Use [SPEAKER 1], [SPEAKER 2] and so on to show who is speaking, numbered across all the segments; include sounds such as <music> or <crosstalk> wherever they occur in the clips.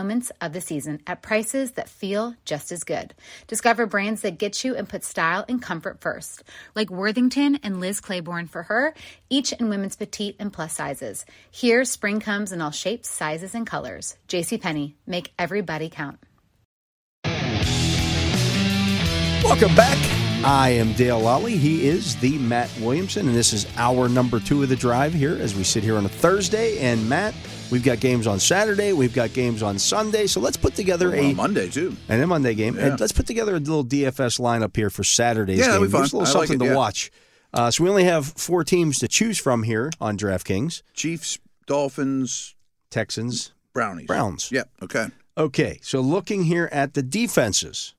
[SPEAKER 1] moments of the season at prices that feel just as good. Discover brands that get you and put style and comfort first, like Worthington and Liz Claiborne for her, each in women's petite and plus sizes. Here, spring comes in all shapes, sizes, and colors. JCPenney, make everybody count.
[SPEAKER 2] Welcome back. I am Dale Lally. He is the Matt Williamson, and this is our number two of the drive here as we sit here on a Thursday. And Matt, We've got games on Saturday. We've got games on Sunday. So let's put together
[SPEAKER 3] well,
[SPEAKER 2] a
[SPEAKER 3] Monday too,
[SPEAKER 2] and a Monday game.
[SPEAKER 3] Yeah.
[SPEAKER 2] And let's put together a little DFS lineup here for Saturday's
[SPEAKER 3] Yeah, that'd
[SPEAKER 2] game.
[SPEAKER 3] be fun.
[SPEAKER 2] There's a little
[SPEAKER 3] I like
[SPEAKER 2] something
[SPEAKER 3] it,
[SPEAKER 2] to
[SPEAKER 3] yeah.
[SPEAKER 2] watch. Uh, so we only have four teams to choose from here on DraftKings:
[SPEAKER 3] Chiefs, Dolphins,
[SPEAKER 2] Texans,
[SPEAKER 3] Brownies,
[SPEAKER 2] Browns.
[SPEAKER 3] Yep. Okay.
[SPEAKER 2] Okay, so looking here at the defenses,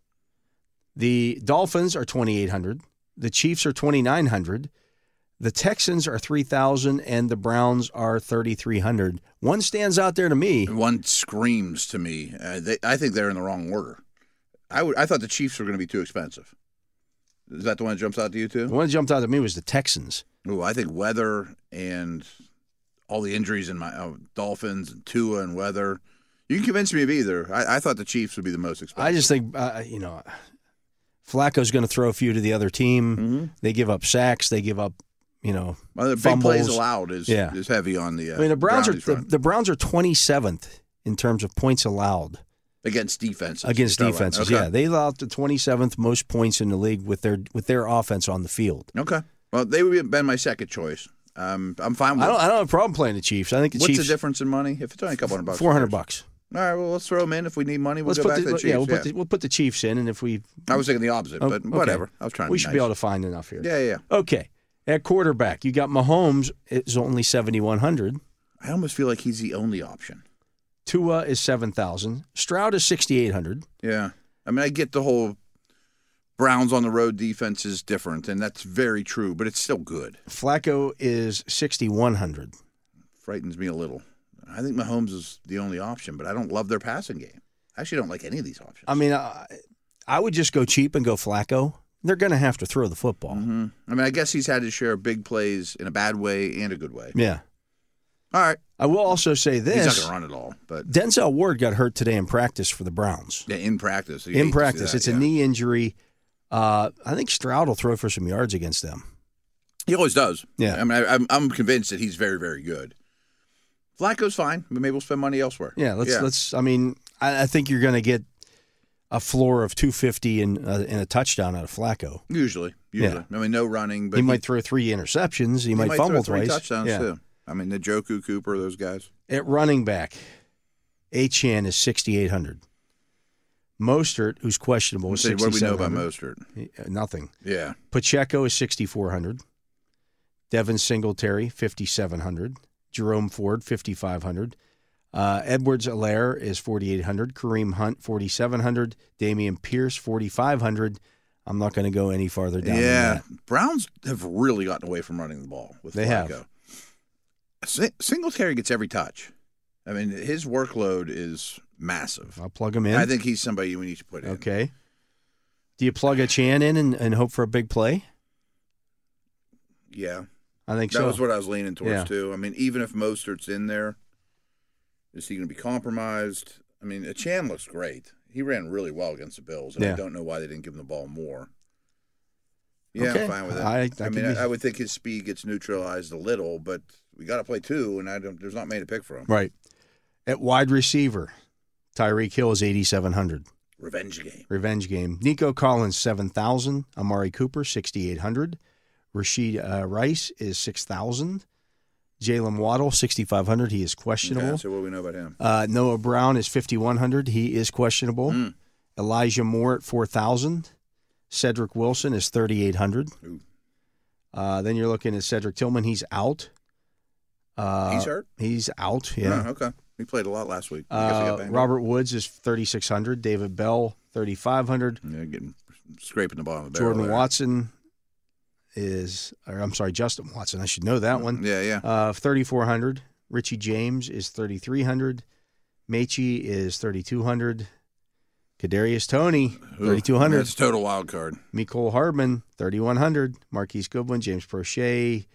[SPEAKER 2] the Dolphins are 2,800, the Chiefs are 2,900, the Texans are 3,000, and the Browns are 3,300. One stands out there to me.
[SPEAKER 3] And One screams to me. Uh, they, I think they're in the wrong order. I would. I thought the Chiefs were going to be too expensive. Is that the one that jumps out to you
[SPEAKER 2] The
[SPEAKER 3] too?
[SPEAKER 2] one that jumped out at me was the Texans.
[SPEAKER 3] Ooh, I think weather and all the injuries in my uh, Dolphins and Tua and weather. You can convince me of either. I, I thought the Chiefs would be the most expensive.
[SPEAKER 2] I just think, uh, you know, Flacco's going to throw a few to the other team. They give up sacks. They give up, you know.
[SPEAKER 3] Well, the big
[SPEAKER 2] fumbles.
[SPEAKER 3] plays allowed is
[SPEAKER 2] Yeah.
[SPEAKER 3] is heavy on the. Uh,
[SPEAKER 2] I mean, the Browns are
[SPEAKER 3] Brownies
[SPEAKER 2] the,
[SPEAKER 3] front.
[SPEAKER 2] the Browns are 27th in terms of points allowed
[SPEAKER 3] against defenses.
[SPEAKER 2] against
[SPEAKER 3] You're talking about.
[SPEAKER 2] defenses.
[SPEAKER 3] Okay.
[SPEAKER 2] Yeah, they allowed the 27th most points in the league with their with their offense on the field.
[SPEAKER 3] Okay. Well, they would have been my second choice. Um, I'm fine with
[SPEAKER 2] I don't I don't have a problem playing the Chiefs. I think the
[SPEAKER 3] What's
[SPEAKER 2] Chiefs
[SPEAKER 3] the difference in money? If it's only a couple hundred bucks.
[SPEAKER 2] four hundred bucks.
[SPEAKER 3] All right, well, let's throw them in. If we need money, we'll
[SPEAKER 2] Let's
[SPEAKER 3] go
[SPEAKER 2] put
[SPEAKER 3] back
[SPEAKER 2] the,
[SPEAKER 3] to the Chiefs.
[SPEAKER 2] yeah, we'll put the, we'll put the Chiefs in, and if we
[SPEAKER 3] I was thinking the opposite,
[SPEAKER 2] oh,
[SPEAKER 3] but
[SPEAKER 2] okay.
[SPEAKER 3] whatever. I was trying to
[SPEAKER 2] we
[SPEAKER 3] be
[SPEAKER 2] should
[SPEAKER 3] nice.
[SPEAKER 2] be able to find enough here.
[SPEAKER 3] Yeah, yeah, yeah.
[SPEAKER 2] Okay, at quarterback, you got Mahomes is only 7100.
[SPEAKER 3] I almost feel like he's the only option.
[SPEAKER 2] Tua is 7,000. Stroud is 6,800.
[SPEAKER 3] Yeah. I mean, I get the whole Browns on the road defense is different, and that's very true, but it's still good.
[SPEAKER 2] Flacco is 6,100.
[SPEAKER 3] Frightens me a little. I think Mahomes is the only option, but I don't love their passing game. I actually don't like any of these options.
[SPEAKER 2] I mean, I, I would just go cheap and go Flacco. They're going to have to throw the football.
[SPEAKER 3] hmm I mean, I guess he's had his share of big plays in a bad way and a good way.
[SPEAKER 2] Yeah.
[SPEAKER 3] All right.
[SPEAKER 2] I will also say
[SPEAKER 3] He's not
[SPEAKER 2] this
[SPEAKER 3] going to run it all, but
[SPEAKER 2] Denzel Ward got hurt today in practice for the Browns.
[SPEAKER 3] yeah, in practice. you hate to
[SPEAKER 2] in
[SPEAKER 3] see
[SPEAKER 2] practice,
[SPEAKER 3] that,
[SPEAKER 2] it's
[SPEAKER 3] yeah.
[SPEAKER 2] a knee injury. Uh, I think Stroud will throw for some yards against them.
[SPEAKER 3] He always does.
[SPEAKER 2] Yeah.
[SPEAKER 3] I mean, I, I'm, I'm convinced that he's very, very good. Flacco's fine, but maybe we'll spend money elsewhere.
[SPEAKER 2] Yeah, let's let's. I mean, I, I think you're going to get a floor of 250 and, uh, and a touchdown out of Flacco.
[SPEAKER 3] Usually, usually. I mean, no running, but
[SPEAKER 2] he might throw three interceptions. He,
[SPEAKER 3] he
[SPEAKER 2] might, fumble
[SPEAKER 3] throw three
[SPEAKER 2] twice.
[SPEAKER 3] touchdowns
[SPEAKER 2] yeah.
[SPEAKER 3] too. I mean, the Joku Cooper, those guys.
[SPEAKER 2] At running back, Achan is 6,800. Mostert, who's questionable, is
[SPEAKER 3] Let's see, what do we know about
[SPEAKER 2] 6,700.
[SPEAKER 3] Mostert?
[SPEAKER 2] Uh, Nothing.
[SPEAKER 3] Yeah,
[SPEAKER 2] Pacheco is 6,400. Devin Singletary, 5,700. Jerome Ford, 5,500. Uh, Edwards Alaire is 4,800. Kareem Hunt, 4,700. Damian Pierce, 4,500. I'm not going to go any farther down. than
[SPEAKER 3] yeah.
[SPEAKER 2] that.
[SPEAKER 3] Browns have really gotten away from running the ball with
[SPEAKER 2] They have.
[SPEAKER 3] Flacco. Have. Singletary gets every touch. I mean, his workload is massive.
[SPEAKER 2] I'll plug him in.
[SPEAKER 3] I think he's somebody we need to put in.
[SPEAKER 2] Okay. Do you plug a Chan in and, and hope for a big play?
[SPEAKER 3] Yeah.
[SPEAKER 2] I think
[SPEAKER 3] that
[SPEAKER 2] so.
[SPEAKER 3] was what I was leaning towards
[SPEAKER 2] Yeah.
[SPEAKER 3] too. I mean, even if Mostert's in there, is he going to be compromised? I mean, Achan looks great. He ran really well against the Bills, and
[SPEAKER 2] Yeah.
[SPEAKER 3] I don't know why they didn't give him the ball more. Yeah,
[SPEAKER 2] Okay.
[SPEAKER 3] I'm fine with it.
[SPEAKER 2] I- I
[SPEAKER 3] I,
[SPEAKER 2] can
[SPEAKER 3] mean,
[SPEAKER 2] be-
[SPEAKER 3] I, I would think his speed gets neutralized a little, but we got to play two, and I don't. There's not many to pick from.
[SPEAKER 2] right. At wide receiver, Tyreek Hill is 8,700.
[SPEAKER 3] Revenge game.
[SPEAKER 2] Revenge game. Nico Collins, 7,000. Amari Cooper, 6,800. Rashid uh, Rice is 6,000. Jalen Waddle, 6,500. He is questionable.
[SPEAKER 3] Okay, so what do we know about him?
[SPEAKER 2] Uh, Noah Brown is 5,100. He is questionable.
[SPEAKER 3] Mm.
[SPEAKER 2] Elijah Moore at 4,000. Cedric Wilson is 3,800.
[SPEAKER 3] Ooh.
[SPEAKER 2] Uh, then you're looking at Cedric Tillman. He's out. Uh,
[SPEAKER 3] He's hurt.
[SPEAKER 2] He's out. Yeah.
[SPEAKER 3] Oh, okay. He played a lot last week. I guess he got
[SPEAKER 2] Uh,
[SPEAKER 3] banged up.
[SPEAKER 2] Robert Woods is 3,600. David Bell, 3,500.
[SPEAKER 3] Yeah, getting scraping the bottom of the barrel.
[SPEAKER 2] Jordan
[SPEAKER 3] there.
[SPEAKER 2] Watson is, or I'm sorry, Justin Watson. I should know that one.
[SPEAKER 3] Yeah, yeah.
[SPEAKER 2] Uh, 3,400. Richie James is 3,300. Mechie is 3,200. Kadarius Tony,
[SPEAKER 3] Ooh,
[SPEAKER 2] 3,200.
[SPEAKER 3] That's a total wild card.
[SPEAKER 2] Nicole Hardman, 3,100. Marquise Goodwin, James Prochet.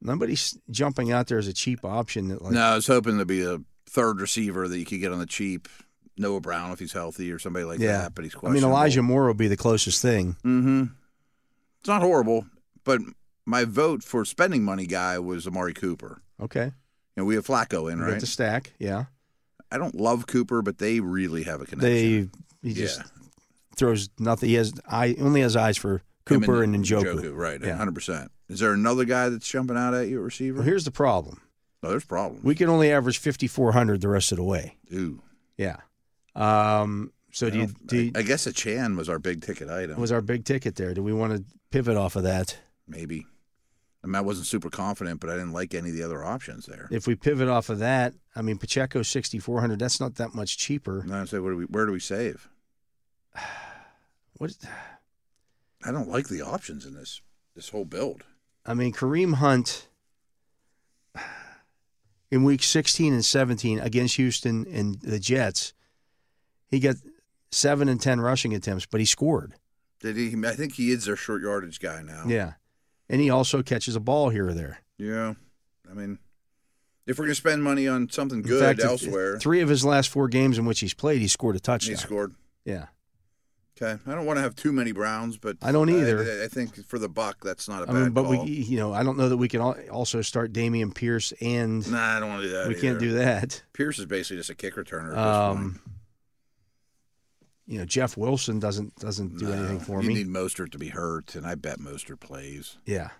[SPEAKER 2] Nobody's jumping out there as a cheap option. That like,
[SPEAKER 3] no, I was hoping to be a third receiver that you could get on the cheap. Noah Brown, if he's healthy, or somebody like
[SPEAKER 2] Yeah.
[SPEAKER 3] that. But he's
[SPEAKER 2] I mean,
[SPEAKER 3] questionable.
[SPEAKER 2] Elijah Moore will be the closest thing.
[SPEAKER 3] Mm-hmm. It's not horrible, but my vote for spending money guy was Amari Cooper.
[SPEAKER 2] Okay.
[SPEAKER 3] And we have Flacco in,
[SPEAKER 2] You Got
[SPEAKER 3] right?
[SPEAKER 2] the stack. Yeah.
[SPEAKER 3] I don't love Cooper, but they really have a connection.
[SPEAKER 2] They, he just
[SPEAKER 3] yeah,
[SPEAKER 2] throws nothing. He has eye, only has eyes for
[SPEAKER 3] Him
[SPEAKER 2] Cooper and, Njoku.
[SPEAKER 3] right?
[SPEAKER 2] Yeah.
[SPEAKER 3] hundred percent. Is there another guy that's jumping out at you, at receiver?
[SPEAKER 2] Well, here's the problem.
[SPEAKER 3] no, there's problems.
[SPEAKER 2] We can only average 5,400 the rest of the way.
[SPEAKER 3] Ooh.
[SPEAKER 2] Yeah. Um, so do you,
[SPEAKER 3] Well,
[SPEAKER 2] do you-
[SPEAKER 3] I, I guess a Chan was our big ticket item.
[SPEAKER 2] was our big ticket there? Do we want to pivot off of that?
[SPEAKER 3] Maybe. I mean, I wasn't super confident, but I didn't like any of the other options there.
[SPEAKER 2] If we pivot off of that, I mean Pacheco 6,400. That's not that much cheaper.
[SPEAKER 3] And I say, where do we where do we save?
[SPEAKER 2] What?
[SPEAKER 3] I don't like the options in this this whole build.
[SPEAKER 2] I mean Kareem Hunt in week 16 and 17 against Houston and the Jets, he got seven and 10 rushing attempts, but he scored.
[SPEAKER 3] Did he? I think he is their short yardage guy now.
[SPEAKER 2] Yeah, and he also catches a ball here or there.
[SPEAKER 3] Yeah. I mean, if we're gonna spend money on something
[SPEAKER 2] In
[SPEAKER 3] good
[SPEAKER 2] fact, if-
[SPEAKER 3] elsewhere,
[SPEAKER 2] Three of his last four games in which he's played, he scored a
[SPEAKER 3] he
[SPEAKER 2] touchdown.
[SPEAKER 3] scored.
[SPEAKER 2] Yeah,
[SPEAKER 3] Okay. I don't want to have too many Browns, but
[SPEAKER 2] I don't either.
[SPEAKER 3] I, I think for the buck, that's not a
[SPEAKER 2] I
[SPEAKER 3] bad
[SPEAKER 2] mean, but
[SPEAKER 3] call.
[SPEAKER 2] we, you know, I don't know that we can al- also start Damian Pierce and
[SPEAKER 3] nah, I don't want to do that.
[SPEAKER 2] we
[SPEAKER 3] either.
[SPEAKER 2] can't do that.
[SPEAKER 3] Pierce is basically just a kick returner. At this point.
[SPEAKER 2] Um, you know, Jeff Wilson doesn't doesn't do
[SPEAKER 3] No,
[SPEAKER 2] anything for
[SPEAKER 3] you
[SPEAKER 2] me.
[SPEAKER 3] need Mostert to be hurt, and I bet Mostert plays.
[SPEAKER 2] yeah,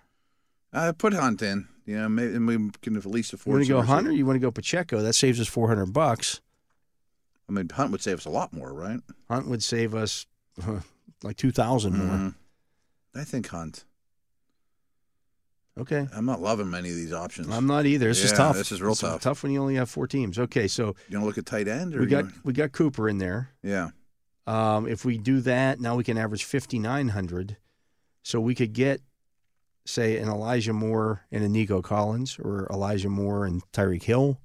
[SPEAKER 3] Uh, put Hunt in. You know, maybe and we can at least
[SPEAKER 2] you
[SPEAKER 3] afford.
[SPEAKER 2] want to
[SPEAKER 3] some
[SPEAKER 2] go
[SPEAKER 3] receiver.
[SPEAKER 2] Hunt or you want to go Pacheco? That saves us four hundred bucks.
[SPEAKER 3] I mean, Hunt would save us a lot more, right?
[SPEAKER 2] Hunt would save us <laughs> like two thousand more.
[SPEAKER 3] Mhm. I think Hunt.
[SPEAKER 2] Okay,
[SPEAKER 3] I'm not loving many of these options.
[SPEAKER 2] I'm not either. This is
[SPEAKER 3] Yeah,
[SPEAKER 2] tough.
[SPEAKER 3] this is real
[SPEAKER 2] It's
[SPEAKER 3] tough.
[SPEAKER 2] Tough when you only have four teams. Okay, so
[SPEAKER 3] You gonna look at tight end, or
[SPEAKER 2] we
[SPEAKER 3] you
[SPEAKER 2] got
[SPEAKER 3] gonna-
[SPEAKER 2] we got Cooper in there.
[SPEAKER 3] yeah,
[SPEAKER 2] Um, if we do that, now we can average 5,900. So we could get, say, an Elijah Moore and a Nico Collins or Elijah Moore and Tyreek Hill.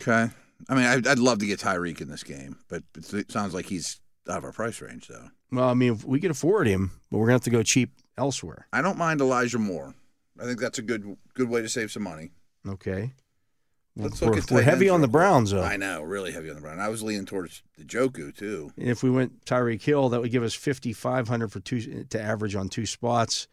[SPEAKER 3] okay. I mean, I'd, I'd love to get Tyreek in this game, but it's- it sounds like he's out of our price range, though.
[SPEAKER 2] Well, I mean, if we could afford him, but we're going to have to go cheap elsewhere.
[SPEAKER 3] I don't mind Elijah Moore. I think that's a good good way to save some money.
[SPEAKER 2] Okay.
[SPEAKER 3] Let's
[SPEAKER 2] we're
[SPEAKER 3] look at
[SPEAKER 2] we're
[SPEAKER 3] tight
[SPEAKER 2] heavy
[SPEAKER 3] ends
[SPEAKER 2] on the
[SPEAKER 3] real quick.
[SPEAKER 2] Browns, though.
[SPEAKER 3] I know, really heavy on the Brown. I was leaning towards the Joku too.
[SPEAKER 2] And if we went Tyreek Hill, that would give us 5,500 for two to average on two spots.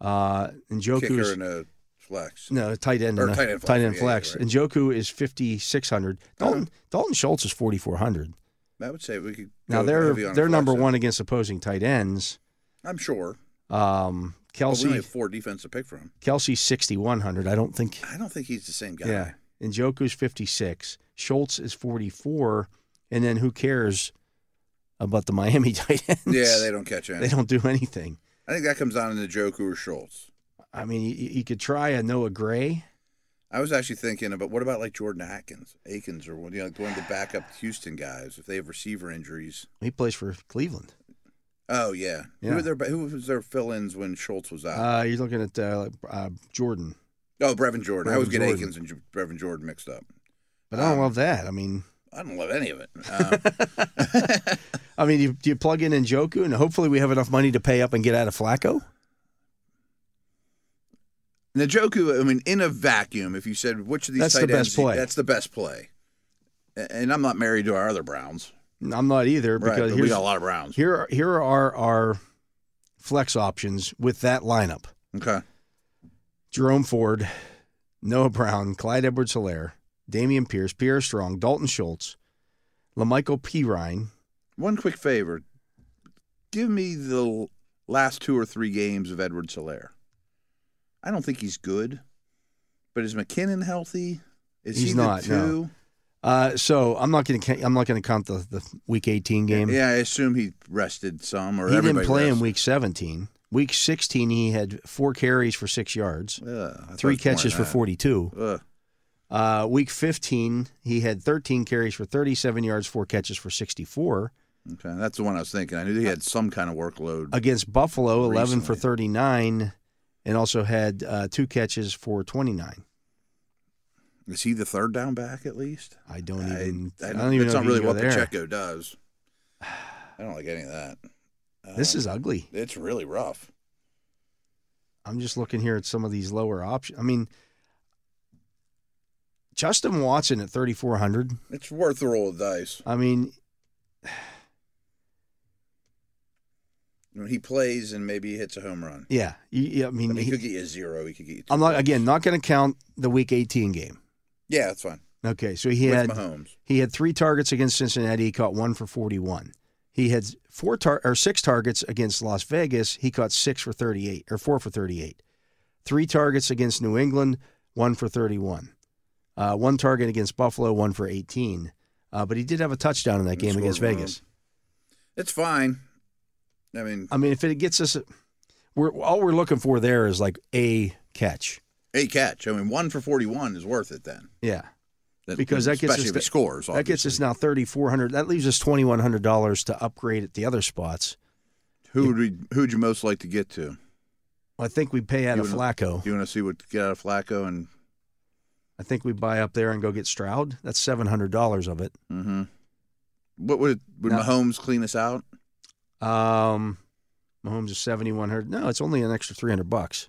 [SPEAKER 2] Uh, and
[SPEAKER 3] Kicker
[SPEAKER 2] Joku's
[SPEAKER 3] and a flex.
[SPEAKER 2] No, tight end.
[SPEAKER 3] Or
[SPEAKER 2] and a-
[SPEAKER 3] tight end flex, yeah, yeah,
[SPEAKER 2] flex.
[SPEAKER 3] right. Uh-huh.
[SPEAKER 2] And Joku is 5,600. Dalton, Dalton Schultz is 4,400.
[SPEAKER 3] That would say we could.
[SPEAKER 2] Now
[SPEAKER 3] go
[SPEAKER 2] they're
[SPEAKER 3] heavy on a
[SPEAKER 2] they're
[SPEAKER 3] flex
[SPEAKER 2] number
[SPEAKER 3] there.
[SPEAKER 2] one against opposing tight ends.
[SPEAKER 3] I'm sure.
[SPEAKER 2] Um,
[SPEAKER 3] But we only
[SPEAKER 2] Kelsey
[SPEAKER 3] have four defense to pick from.
[SPEAKER 2] Kelsey's 6,100. I don't think.
[SPEAKER 3] I don't think he's the same guy.
[SPEAKER 2] Yeah. And Joku's 56. Schultz is 44. And then who cares about the <laughs> Miami tight ends?
[SPEAKER 3] Yeah,
[SPEAKER 2] <laughs>
[SPEAKER 3] they don't catch him.
[SPEAKER 2] They don't do anything.
[SPEAKER 3] I think that comes down to Joku or Schultz.
[SPEAKER 2] I mean, you, you could try a Noah Gray.
[SPEAKER 3] I was actually thinking about what about like Jordan Atkins, Akins, or one, you know, like one of the backup Houston guys if they have receiver injuries.
[SPEAKER 2] He plays for Cleveland.
[SPEAKER 3] Oh yeah,
[SPEAKER 2] Yeah.
[SPEAKER 3] who were their who was their fill-ins when Schultz was out?
[SPEAKER 2] Uh, you're looking at uh, uh, Jordan,
[SPEAKER 3] oh, Brevin Jordan. I always
[SPEAKER 2] Brevin
[SPEAKER 3] get
[SPEAKER 2] Jordan.
[SPEAKER 3] Akins and J- Brevin Jordan mixed up.
[SPEAKER 2] but I don't
[SPEAKER 3] Um,
[SPEAKER 2] love that. I mean,
[SPEAKER 3] I don't love any of it. Uh,
[SPEAKER 2] I mean, you, you plug in Njoku, and hopefully we have enough money to pay up and get out of Flacco.
[SPEAKER 3] <laughs> Njoku, I mean, in a vacuum, if you said which of these
[SPEAKER 2] That's
[SPEAKER 3] tight
[SPEAKER 2] the best
[SPEAKER 3] ends, you-
[SPEAKER 2] play.
[SPEAKER 3] that's the best play. A- And I'm not married to our other Browns,
[SPEAKER 2] I'm not either
[SPEAKER 3] right?
[SPEAKER 2] because
[SPEAKER 3] But we
[SPEAKER 2] here's-
[SPEAKER 3] got a lot of Browns.
[SPEAKER 2] here are, here are our flex options with that lineup:
[SPEAKER 3] Okay,
[SPEAKER 2] Jerome Ford, Noah Brown, Clyde Edwards-Helaire, Damian Pierce, Pierre Strong, Dalton Schultz, Lamichael Pirine.
[SPEAKER 3] one quick favor, give me the l- last two or three games of Edward Solaire. I don't think he's good, but is McKinnon healthy? Is
[SPEAKER 2] He's
[SPEAKER 3] he
[SPEAKER 2] not,
[SPEAKER 3] The
[SPEAKER 2] no.
[SPEAKER 3] two?
[SPEAKER 2] Uh, so I'm not going to I'm not going to count the, the Week 18 game.
[SPEAKER 3] Yeah, I assume he rested some, or
[SPEAKER 2] he didn't
[SPEAKER 3] everybody
[SPEAKER 2] play in
[SPEAKER 3] rested.
[SPEAKER 2] Week 17. Week 16, he had four carries for six yards,
[SPEAKER 3] Ugh, I thought
[SPEAKER 2] three
[SPEAKER 3] it was more
[SPEAKER 2] catches
[SPEAKER 3] than
[SPEAKER 2] for
[SPEAKER 3] that.
[SPEAKER 2] 42.
[SPEAKER 3] Ugh,
[SPEAKER 2] Uh, week 15, he had 13 carries for 37 yards, four catches for 64.
[SPEAKER 3] okay, that's the one I was thinking. I knew he had some kind of workload.
[SPEAKER 2] Against Buffalo, 11 for
[SPEAKER 3] Recently.
[SPEAKER 2] 39, and also had uh, two catches for 29.
[SPEAKER 3] Is he the third down back at least?
[SPEAKER 2] I don't even. I,
[SPEAKER 3] I
[SPEAKER 2] don't even
[SPEAKER 3] That's
[SPEAKER 2] know
[SPEAKER 3] not
[SPEAKER 2] if you
[SPEAKER 3] really
[SPEAKER 2] can go
[SPEAKER 3] what
[SPEAKER 2] there.
[SPEAKER 3] Pacheco does. I don't like any of that.
[SPEAKER 2] <sighs> This
[SPEAKER 3] Um,
[SPEAKER 2] is ugly.
[SPEAKER 3] it's really rough.
[SPEAKER 2] I'm just looking here at some of these lower options. I mean, Justin Watson at 3,400.
[SPEAKER 3] It's worth a roll of dice.
[SPEAKER 2] I mean,
[SPEAKER 3] When he plays and maybe he hits a home run.
[SPEAKER 2] yeah. You- yeah, I
[SPEAKER 3] I
[SPEAKER 2] mean,
[SPEAKER 3] mean, he
[SPEAKER 2] he-
[SPEAKER 3] could get you a zero. He could get you. Two
[SPEAKER 2] I'm not
[SPEAKER 3] points.
[SPEAKER 2] again not going to count the Week 18 game.
[SPEAKER 3] Yeah, that's fine.
[SPEAKER 2] Okay, so he
[SPEAKER 3] With
[SPEAKER 2] had
[SPEAKER 3] Mahomes.
[SPEAKER 2] he had three targets against Cincinnati. He caught one for 41. He had four tar- or six targets against Las Vegas. He caught six for 38 or four for 38. Three targets against New England, one for 31. Uh, one target against Buffalo, one for 18. Uh, but he did have a touchdown in that
[SPEAKER 3] And
[SPEAKER 2] game
[SPEAKER 3] scored
[SPEAKER 2] against
[SPEAKER 3] one.
[SPEAKER 2] Vegas.
[SPEAKER 3] It's fine. I mean,
[SPEAKER 2] I mean, if it gets us, we're all we're looking for there is like a catch.
[SPEAKER 3] a catch. I mean, one for forty-one is worth it then.
[SPEAKER 2] Yeah,
[SPEAKER 3] That-
[SPEAKER 2] Because that gets
[SPEAKER 3] especially
[SPEAKER 2] us
[SPEAKER 3] if
[SPEAKER 2] the-
[SPEAKER 3] it scores.
[SPEAKER 2] that gets us
[SPEAKER 3] obviously.
[SPEAKER 2] now thirty four hundred. That leaves us twenty one hundred dollars to upgrade at the other spots.
[SPEAKER 3] Who would we, who'd you most like to get to?
[SPEAKER 2] I think we pay out
[SPEAKER 3] You
[SPEAKER 2] of
[SPEAKER 3] wanna-
[SPEAKER 2] Flacco.
[SPEAKER 3] Do you want to see what get out of Flacco and?
[SPEAKER 2] I think we buy up there and go get Stroud. That's seven hundred dollars of it.
[SPEAKER 3] hmm What would would
[SPEAKER 2] No.
[SPEAKER 3] Mahomes clean us out?
[SPEAKER 2] Um, Mahomes is seventy one hundred. No, it's only an extra three hundred bucks.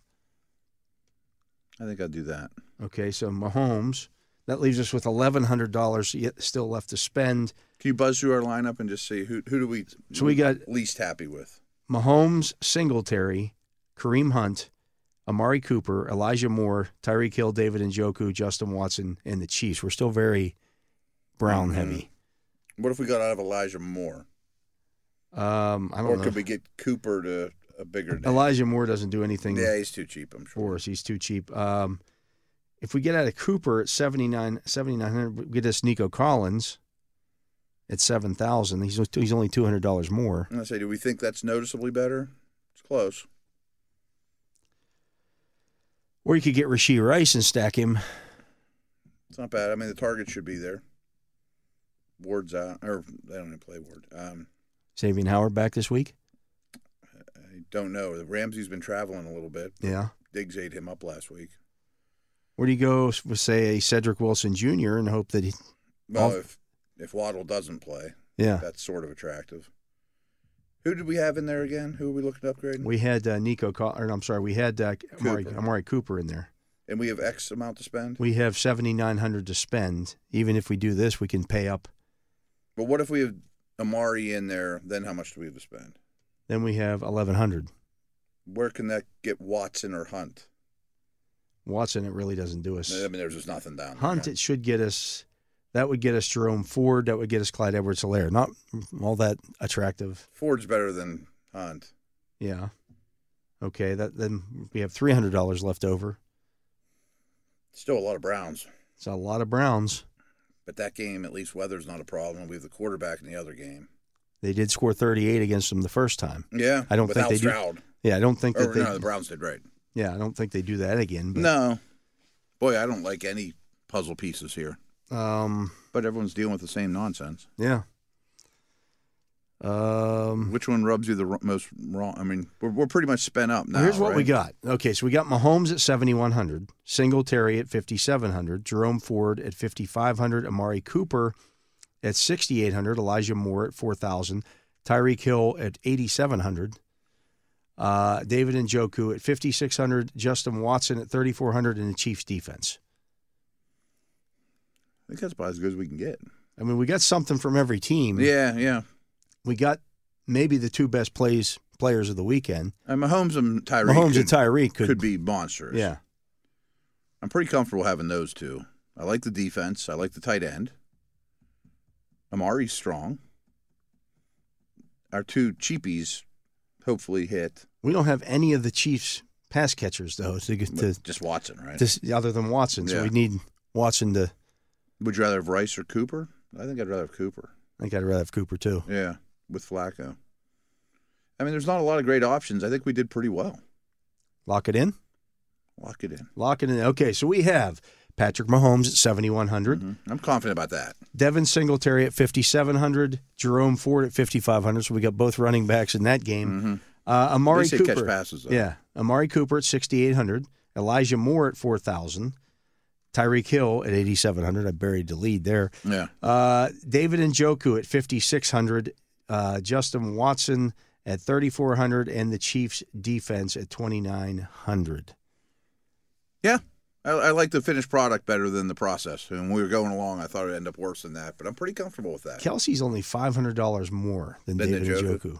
[SPEAKER 3] I think I'd do that.
[SPEAKER 2] Okay, so Mahomes. That leaves us with eleven hundred dollars yet still left to spend.
[SPEAKER 3] Can you buzz through our lineup and just see who who do we
[SPEAKER 2] So we got
[SPEAKER 3] least happy with?
[SPEAKER 2] Mahomes, Singletary, Kareem Hunt, Amari Cooper, Elijah Moore, Tyreek Hill, David Njoku, Justin Watson, and the Chiefs. We're still very Brown
[SPEAKER 3] Mhm.
[SPEAKER 2] heavy.
[SPEAKER 3] What if we got out of Elijah Moore,
[SPEAKER 2] Um, I don't
[SPEAKER 3] or
[SPEAKER 2] know.
[SPEAKER 3] could we get Cooper to a bigger? name?
[SPEAKER 2] Elijah Moore doesn't do anything
[SPEAKER 3] Yeah, he's too cheap. I'm
[SPEAKER 2] for
[SPEAKER 3] sure.
[SPEAKER 2] us. He's too cheap. Um, if we get out of Cooper at 79 7900 we get us Nico Collins at 7000 he's, he's only $200 more.
[SPEAKER 3] And I say, do we think that's noticeably better? It's close.
[SPEAKER 2] Or you could get Rasheed Rice and stack him.
[SPEAKER 3] It's not bad. I mean, the target should be there. Ward's out, or they don't even play Ward. Um,
[SPEAKER 2] Saving Howard back this week?
[SPEAKER 3] I don't know. Ramsey's been traveling a little bit.
[SPEAKER 2] Yeah.
[SPEAKER 3] Diggs ate him up last week.
[SPEAKER 2] Where do you go with, say, a Cedric Wilson Jr. and hope that he,
[SPEAKER 3] Well,
[SPEAKER 2] Oh.
[SPEAKER 3] if if Waddle doesn't play,
[SPEAKER 2] yeah.
[SPEAKER 3] that's sort of attractive. Who did we have in there again? Who are we looking to upgrade?
[SPEAKER 2] We had uh, Nico, Col- or I'm sorry, we had uh, Amari,
[SPEAKER 3] Cooper.
[SPEAKER 2] Amari Cooper in there.
[SPEAKER 3] and we have X amount to spend.
[SPEAKER 2] We have 7,900 to spend. Even if we do this, we can pay up.
[SPEAKER 3] But what if we have Amari in there? Then how much do we have to spend?
[SPEAKER 2] Then we have 1,100.
[SPEAKER 3] Where can that get Watson or Hunt?
[SPEAKER 2] Watson, it really doesn't do
[SPEAKER 3] I
[SPEAKER 2] us.
[SPEAKER 3] mean, there's just nothing down. there.
[SPEAKER 2] Hunt, it should get us. That would get us Jerome Ford. That would get us Clyde edwards hilaire Not all that attractive.
[SPEAKER 3] Ford's better than Hunt.
[SPEAKER 2] Yeah. Okay. That then we have three hundred dollars left over.
[SPEAKER 3] Still a lot of Browns.
[SPEAKER 2] It's a lot of Browns.
[SPEAKER 3] But that game, at least weather's not a problem. We have the quarterback in the other game.
[SPEAKER 2] They did score thirty-eight against them the first time.
[SPEAKER 3] Yeah,
[SPEAKER 2] I don't think
[SPEAKER 3] without
[SPEAKER 2] they do-
[SPEAKER 3] Stroud.
[SPEAKER 2] Yeah, I don't think that
[SPEAKER 3] Or
[SPEAKER 2] they.
[SPEAKER 3] no, the Browns did right.
[SPEAKER 2] Yeah, I don't think they do that again. But,
[SPEAKER 3] No, boy, I don't like any puzzle pieces here.
[SPEAKER 2] Um.
[SPEAKER 3] But everyone's dealing with the same nonsense.
[SPEAKER 2] Yeah. Um.
[SPEAKER 3] Which one rubs you the ro- most wrong? I mean, we're, we're pretty much spent up now.
[SPEAKER 2] here's what we
[SPEAKER 3] right?
[SPEAKER 2] got. Okay, so we got Mahomes at 7,100, Singletary at 5,700, Jerome Ford at 5,500, Amari Cooper at 6,800, Elijah Moore at 4,000, Tyreek Hill at 8,700, uh, David Njoku at 5,600, Justin Watson at 3,400, and the Chiefs defense.
[SPEAKER 3] I think that's about as good as we can get.
[SPEAKER 2] I mean, we got something from every team.
[SPEAKER 3] Yeah, yeah.
[SPEAKER 2] We got maybe the two best plays players of the weekend.
[SPEAKER 3] And Mahomes and Tyreek
[SPEAKER 2] Mahomes
[SPEAKER 3] could,
[SPEAKER 2] and Tyreek could,
[SPEAKER 3] could, be monsters.
[SPEAKER 2] Yeah.
[SPEAKER 3] I'm pretty comfortable having those two. I like the defense. I like the tight end. Amari's strong. Our two cheapies hopefully hit
[SPEAKER 2] We don't have any of the Chiefs pass catchers though to get to
[SPEAKER 3] with just Watson, right?
[SPEAKER 2] This, other than Watson, so
[SPEAKER 3] Yeah.
[SPEAKER 2] we need Watson to.
[SPEAKER 3] Would you rather have Rice or Cooper? I think I'd rather have Cooper.
[SPEAKER 2] I think I'd rather have Cooper too.
[SPEAKER 3] Yeah, with Flacco. I mean, there's not a lot of great options. I think we did pretty well.
[SPEAKER 2] Lock it in.
[SPEAKER 3] Lock it in.
[SPEAKER 2] Lock it in. Okay, so we have Patrick Mahomes at 7,100,
[SPEAKER 3] Mhm. I'm confident about that.
[SPEAKER 2] Devin Singletary at 5,700, Jerome Ford at 5,500. So we got both running backs in that game.
[SPEAKER 3] hmm
[SPEAKER 2] Uh,
[SPEAKER 3] They
[SPEAKER 2] Amari
[SPEAKER 3] say
[SPEAKER 2] Cooper.
[SPEAKER 3] catch passes. Though.
[SPEAKER 2] Yeah. Amari Cooper at 6,800. Elijah Moore at 4,000. Tyreek Hill at 8,700. I buried the lead there.
[SPEAKER 3] Yeah.
[SPEAKER 2] Uh, David Njoku at 5,600. Uh, Justin Watson at 3,400. And the Chiefs defense at 2,900.
[SPEAKER 3] I, I like the finished product better than the process. And when we were going along, I thought it'd end up worse than that, but I'm pretty comfortable with that.
[SPEAKER 2] Kelsey's only $500 more than
[SPEAKER 3] Than
[SPEAKER 2] David
[SPEAKER 3] Njoku.
[SPEAKER 2] Njoku.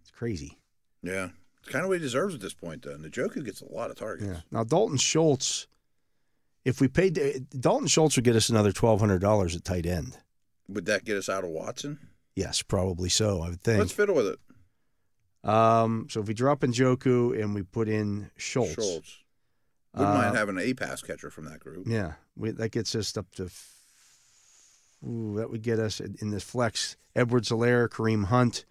[SPEAKER 2] It's crazy.
[SPEAKER 3] Yeah. It's kind of what he deserves at this point, though. Njoku gets a lot of targets.
[SPEAKER 2] Yeah. Now, Dalton Schultz, if we paid, uh, Dalton Schultz would get us another $1,200 at tight end.
[SPEAKER 3] Would that get us out of Watson?
[SPEAKER 2] Yes, probably so, I would think.
[SPEAKER 3] Let's fiddle with it.
[SPEAKER 2] Um, so if we drop in Joku and we put in Schultz,
[SPEAKER 3] Schultz. Wouldn't
[SPEAKER 2] uh, Mm.
[SPEAKER 3] mind having an A pass catcher from that group.
[SPEAKER 2] yeah, we, that gets us up to. f- Ooh, that would get us in in this flex: Edwards, Alaire, Kareem Hunt,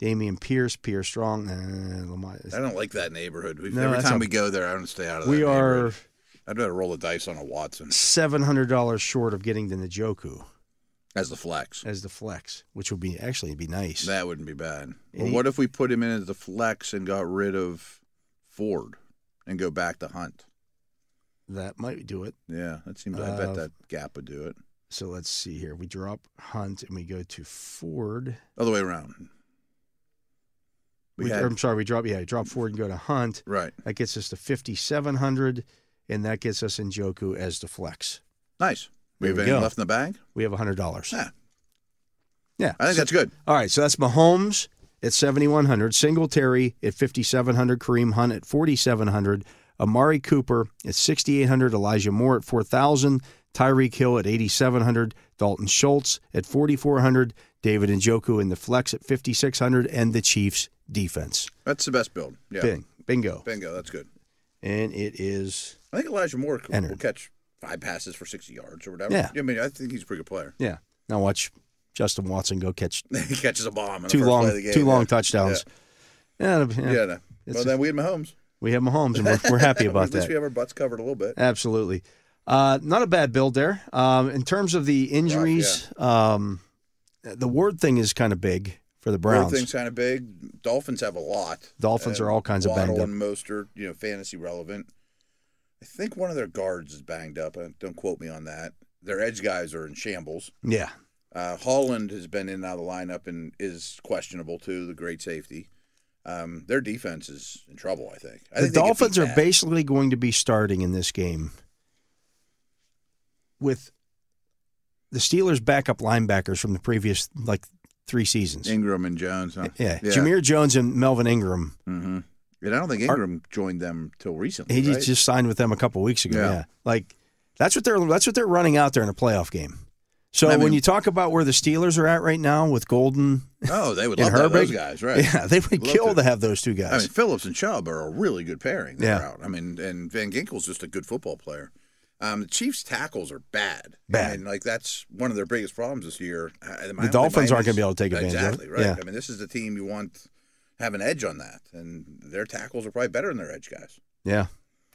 [SPEAKER 2] Damian Pierce, Pierre Strong, and Lamar.
[SPEAKER 3] I don't like that neighborhood. We've,
[SPEAKER 2] No,
[SPEAKER 3] every
[SPEAKER 2] that's
[SPEAKER 3] time
[SPEAKER 2] a-
[SPEAKER 3] we go there, I don't stay out of that.
[SPEAKER 2] We are
[SPEAKER 3] neighborhood. I'd rather roll the dice on a Watson
[SPEAKER 2] seven hundred dollars short of getting to Njoku
[SPEAKER 3] as the flex.
[SPEAKER 2] as the flex, which would be actually it'd be nice.
[SPEAKER 3] That wouldn't be bad. But
[SPEAKER 2] Any-
[SPEAKER 3] what if we put him in as the flex and got rid of Ford and go back to Hunt?
[SPEAKER 2] that might do it.
[SPEAKER 3] Yeah, that seems. I
[SPEAKER 2] Uh,
[SPEAKER 3] bet that gap would do it.
[SPEAKER 2] So let's see here. We drop Hunt and we go to Ford.
[SPEAKER 3] Other way around. We
[SPEAKER 2] We-
[SPEAKER 3] had-
[SPEAKER 2] I'm sorry, we drop yeah, drop Ford and go to Hunt.
[SPEAKER 3] right.
[SPEAKER 2] That gets us to 5,700, and that gets us in Joku as the flex.
[SPEAKER 3] Nice. We
[SPEAKER 2] There
[SPEAKER 3] have
[SPEAKER 2] we
[SPEAKER 3] any
[SPEAKER 2] go.
[SPEAKER 3] left in the bag?
[SPEAKER 2] We have $100.
[SPEAKER 3] Yeah.
[SPEAKER 2] Yeah.
[SPEAKER 3] I think
[SPEAKER 2] so-
[SPEAKER 3] that's good.
[SPEAKER 2] all right, so that's Mahomes at 7,100, Singletary at 5,700, Kareem Hunt at 4,700, Amari Cooper at 6,800, Elijah Moore at 4,000, Tyreek Hill at 8,700, Dalton Schultz at 4,400, David Njoku in the flex at 5,600, and the Chiefs defense.
[SPEAKER 3] That's the best build. Yeah.
[SPEAKER 2] Bing, bingo.
[SPEAKER 3] Bingo. That's good.
[SPEAKER 2] And it is,
[SPEAKER 3] I think Elijah Moore could,
[SPEAKER 2] Entered.
[SPEAKER 3] will catch five passes for 60 yards or whatever.
[SPEAKER 2] Yeah.
[SPEAKER 3] I mean, I think he's a pretty good player. <laughs>
[SPEAKER 2] yeah. Now watch Justin Watson go catch
[SPEAKER 3] he catches a bomb. In the
[SPEAKER 2] two
[SPEAKER 3] first
[SPEAKER 2] long,
[SPEAKER 3] play of the game.
[SPEAKER 2] two long
[SPEAKER 3] Yeah.
[SPEAKER 2] touchdowns. Yeah, it'll be-
[SPEAKER 3] Yeah.
[SPEAKER 2] yeah.
[SPEAKER 3] yeah no. Well,
[SPEAKER 2] just-
[SPEAKER 3] then we had Mahomes.
[SPEAKER 2] we have Mahomes, and we're, we're
[SPEAKER 3] <laughs>
[SPEAKER 2] happy about
[SPEAKER 3] At
[SPEAKER 2] that.
[SPEAKER 3] least we have our butts covered a little bit.
[SPEAKER 2] Absolutely, uh, not a bad build there. Um, in terms of the injuries, um, the Ward thing is kind of big for the
[SPEAKER 3] Browns.
[SPEAKER 2] Browns.
[SPEAKER 3] thing's kind of big. Dolphins have a lot.
[SPEAKER 2] Dolphins are all kinds of
[SPEAKER 3] Waddle
[SPEAKER 2] banged up.
[SPEAKER 3] and Mostert, you know, fantasy relevant. I think one of their guards is banged up. Uh, Don't quote me on that. Their edge guys are in shambles.
[SPEAKER 2] Yeah,
[SPEAKER 3] Uh, Holland has been in and out of the lineup and is questionable too. The great safety. Um, their defense is in trouble. I think.
[SPEAKER 2] the
[SPEAKER 3] I think they could
[SPEAKER 2] Dolphins
[SPEAKER 3] beat
[SPEAKER 2] are
[SPEAKER 3] that.
[SPEAKER 2] basically going to be starting in this game with the Steelers' backup linebackers from the previous like three seasons.
[SPEAKER 3] Ingram and Jones. Huh?
[SPEAKER 2] yeah. Jameer Jones and Melvin Ingram
[SPEAKER 3] hmm And I don't think Ingram joined them till recently.
[SPEAKER 2] He
[SPEAKER 3] right?
[SPEAKER 2] just signed with them a couple weeks ago. Yeah.
[SPEAKER 3] Yeah.
[SPEAKER 2] Like that's what they're that's what they're running out there in a playoff game. So
[SPEAKER 3] I mean-
[SPEAKER 2] when you talk about where the Steelers are at right now with Golden,
[SPEAKER 3] oh, they would
[SPEAKER 2] and
[SPEAKER 3] love to have those
[SPEAKER 2] Herbig?
[SPEAKER 3] guys, right?
[SPEAKER 2] yeah, they would
[SPEAKER 3] Love
[SPEAKER 2] kill
[SPEAKER 3] to.
[SPEAKER 2] to have those two guys.
[SPEAKER 3] I mean, Phillips and Chubb are a really good pairing. They're
[SPEAKER 2] Yeah.
[SPEAKER 3] out. I mean, and Van Ginkel's just a good football player. Um, the Chiefs' tackles are bad.
[SPEAKER 2] Bad.
[SPEAKER 3] I mean, like that's one of their biggest problems this year. I-
[SPEAKER 2] The Dolphins aren't gonna be able to take advantage of it.
[SPEAKER 3] Exactly right.
[SPEAKER 2] Yeah.
[SPEAKER 3] I mean, this is the team you want have an edge on that, and their tackles are probably better than their edge guys.
[SPEAKER 2] yeah,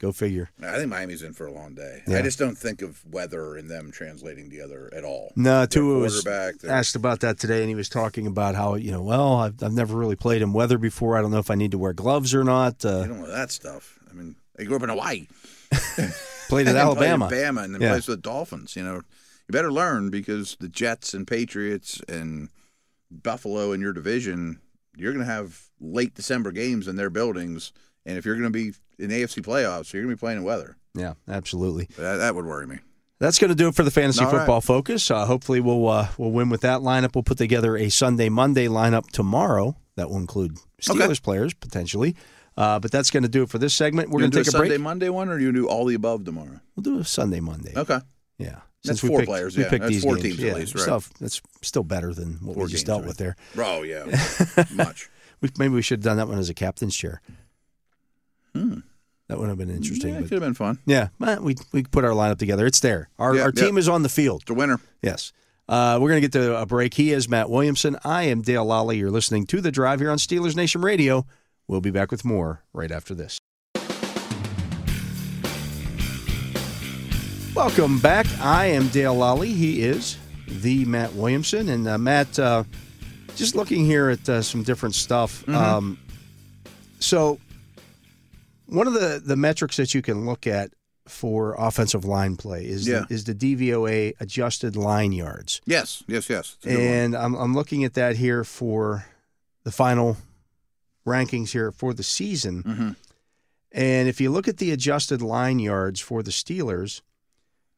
[SPEAKER 2] go figure.
[SPEAKER 3] I think Miami's in for a long day.
[SPEAKER 2] Yeah.
[SPEAKER 3] I just don't think of weather and them translating together at all.
[SPEAKER 2] No,
[SPEAKER 3] Their
[SPEAKER 2] Tua was
[SPEAKER 3] quarterback, their-
[SPEAKER 2] asked about that today, and he was talking about how you know, well, I've, I've never really played in weather before. I don't know if I need to wear gloves or not.
[SPEAKER 3] You
[SPEAKER 2] Uh,
[SPEAKER 3] don't know that stuff. I mean, I grew up in Hawaii.
[SPEAKER 2] played at
[SPEAKER 3] <laughs> And played
[SPEAKER 2] Alabama.
[SPEAKER 3] Alabama, and then
[SPEAKER 2] Yeah.
[SPEAKER 3] plays with the Dolphins. You know, you better learn because the Jets and Patriots and Buffalo in your division, you're going to have late December games in their buildings, and if you're going to be in AFC playoffs, you're going to be playing in weather.
[SPEAKER 2] Yeah, absolutely.
[SPEAKER 3] But that, that would worry me.
[SPEAKER 2] That's going to do it for the fantasy
[SPEAKER 3] All right.
[SPEAKER 2] football focus. Uh, hopefully, we'll uh, we'll win with that lineup. We'll put together a Sunday Monday lineup tomorrow that will include Steelers
[SPEAKER 3] Okay.
[SPEAKER 2] players potentially. Uh, but that's going to do it for this segment. We're
[SPEAKER 3] you
[SPEAKER 2] going
[SPEAKER 3] do
[SPEAKER 2] to
[SPEAKER 3] a
[SPEAKER 2] take a
[SPEAKER 3] Sunday
[SPEAKER 2] break.
[SPEAKER 3] Monday one, or you do all the above tomorrow?
[SPEAKER 2] We'll do a Sunday Monday.
[SPEAKER 3] Okay,
[SPEAKER 2] Yeah,
[SPEAKER 3] That's
[SPEAKER 2] Since we
[SPEAKER 3] four
[SPEAKER 2] picked,
[SPEAKER 3] players,
[SPEAKER 2] We
[SPEAKER 3] yeah.
[SPEAKER 2] picked
[SPEAKER 3] That's
[SPEAKER 2] these
[SPEAKER 3] four
[SPEAKER 2] games.
[SPEAKER 3] teams at
[SPEAKER 2] yeah,
[SPEAKER 3] least, right.
[SPEAKER 2] Stuff that's still better than what
[SPEAKER 3] Four
[SPEAKER 2] we just
[SPEAKER 3] games,
[SPEAKER 2] dealt
[SPEAKER 3] right.
[SPEAKER 2] with there.
[SPEAKER 3] bro. Oh,
[SPEAKER 2] <laughs>
[SPEAKER 3] Yeah, much.
[SPEAKER 2] We, maybe we should have done that one as a captain's chair.
[SPEAKER 3] Hmm.
[SPEAKER 2] That would have been interesting.
[SPEAKER 3] Yeah,
[SPEAKER 2] Yeah,
[SPEAKER 3] it
[SPEAKER 2] but,
[SPEAKER 3] could have been fun.
[SPEAKER 2] yeah well, we we put our lineup together. It's there. Our
[SPEAKER 3] Yeah,
[SPEAKER 2] our
[SPEAKER 3] yeah.
[SPEAKER 2] team is on the field.
[SPEAKER 3] It's a winner.
[SPEAKER 2] Yes. Uh, we're going to get to a break. He is Matt Williamson. I am Dale Lally. You're listening to The Drive here on Steelers Nation Radio. We'll be back with more right after this. Welcome back. I am Dale Lally. He is the Matt Williamson. And uh, Matt, uh, just looking here at uh, some different stuff. Um, so, one of the, the metrics that you can look at for offensive line play is
[SPEAKER 3] Yeah.
[SPEAKER 2] the, is the DVOA adjusted line yards.
[SPEAKER 3] Yes, yes, yes. It's a good one.
[SPEAKER 2] And I'm, I'm looking at that here for the final rankings here for the season.
[SPEAKER 3] Mhm.
[SPEAKER 2] And if you look at the adjusted line yards for the Steelers,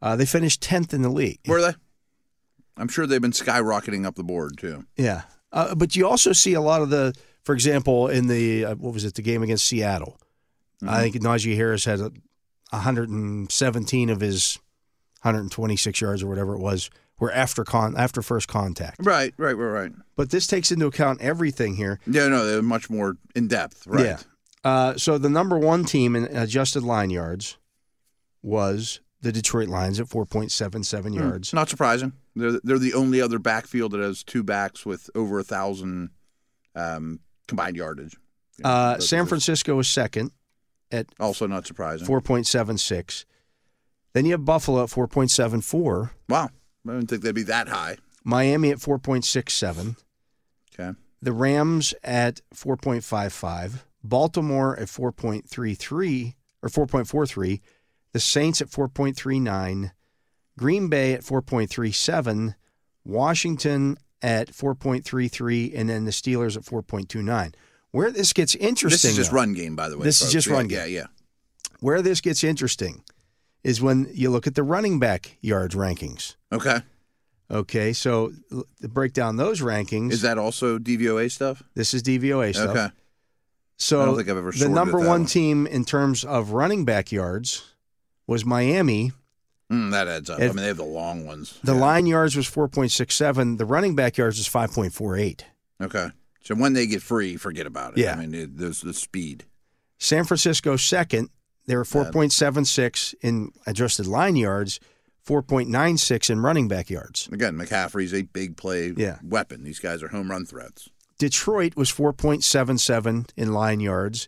[SPEAKER 2] uh, they finished 10th in the league.
[SPEAKER 3] were they? I'm sure they've been skyrocketing up the board too.
[SPEAKER 2] Yeah. Uh, but you also see a lot of the, for example, in the, uh, what was it, the game against Seattle.
[SPEAKER 3] Mm-hmm.
[SPEAKER 2] I think Najee Harris had a, 117 of his 126 yards or whatever it was were after con after first contact.
[SPEAKER 3] Right, right, right, right.
[SPEAKER 2] But this takes into account everything here.
[SPEAKER 3] Yeah, no, they're much more in depth. Right.
[SPEAKER 2] Yeah. Uh, so the number one team in adjusted line yards was the Detroit Lions at 4.77
[SPEAKER 3] Hmm,
[SPEAKER 2] yards.
[SPEAKER 3] It's not surprising. They're they're the only other backfield that has two backs with over a thousand um, combined yardage. You know,
[SPEAKER 2] Uh,
[SPEAKER 3] both
[SPEAKER 2] San
[SPEAKER 3] of those.
[SPEAKER 2] Francisco is second at
[SPEAKER 3] also not surprising.
[SPEAKER 2] 4.76. Then you have Buffalo at 4.74,
[SPEAKER 3] Wow, I didn't think they'd be that high.
[SPEAKER 2] Miami at 4.67,
[SPEAKER 3] Okay.
[SPEAKER 2] the Rams at 4.55, Baltimore at 4.33 or 4.43, the Saints at 4.39, Green Bay at 4.37, Washington at 4.33, and then the Steelers at 4.29. Where this gets
[SPEAKER 3] This
[SPEAKER 2] interesting,
[SPEAKER 3] is just
[SPEAKER 2] though-
[SPEAKER 3] run game, by the way.
[SPEAKER 2] This is
[SPEAKER 3] folks.
[SPEAKER 2] just
[SPEAKER 3] Yeah,
[SPEAKER 2] run game.
[SPEAKER 3] Yeah, yeah.
[SPEAKER 2] where this gets interesting is when you look at the running back yards rankings.
[SPEAKER 3] Okay.
[SPEAKER 2] Okay, so l- to break down those rankings,
[SPEAKER 3] Is that also DVOA stuff?
[SPEAKER 2] this is DVOA stuff.
[SPEAKER 3] Okay.
[SPEAKER 2] So
[SPEAKER 3] I don't think I've ever
[SPEAKER 2] the
[SPEAKER 3] sorted it
[SPEAKER 2] number
[SPEAKER 3] that
[SPEAKER 2] one
[SPEAKER 3] way.
[SPEAKER 2] team in terms of running back yards was Miami.
[SPEAKER 3] Mm, that adds up. I
[SPEAKER 2] It-
[SPEAKER 3] mean, they have the long ones.
[SPEAKER 2] The
[SPEAKER 3] Yeah.
[SPEAKER 2] line yards was 4.67. The running back yards was 5.48.
[SPEAKER 3] Okay. So when they get free, forget about it.
[SPEAKER 2] Yeah.
[SPEAKER 3] I mean, it, there's the speed.
[SPEAKER 2] San Francisco second. They were 4.76 in adjusted line yards, 4.96 in running back yards.
[SPEAKER 3] Again, McCaffrey's a big play
[SPEAKER 2] Yeah.
[SPEAKER 3] weapon. These guys are home run threats.
[SPEAKER 2] Detroit was 4.77 in line yards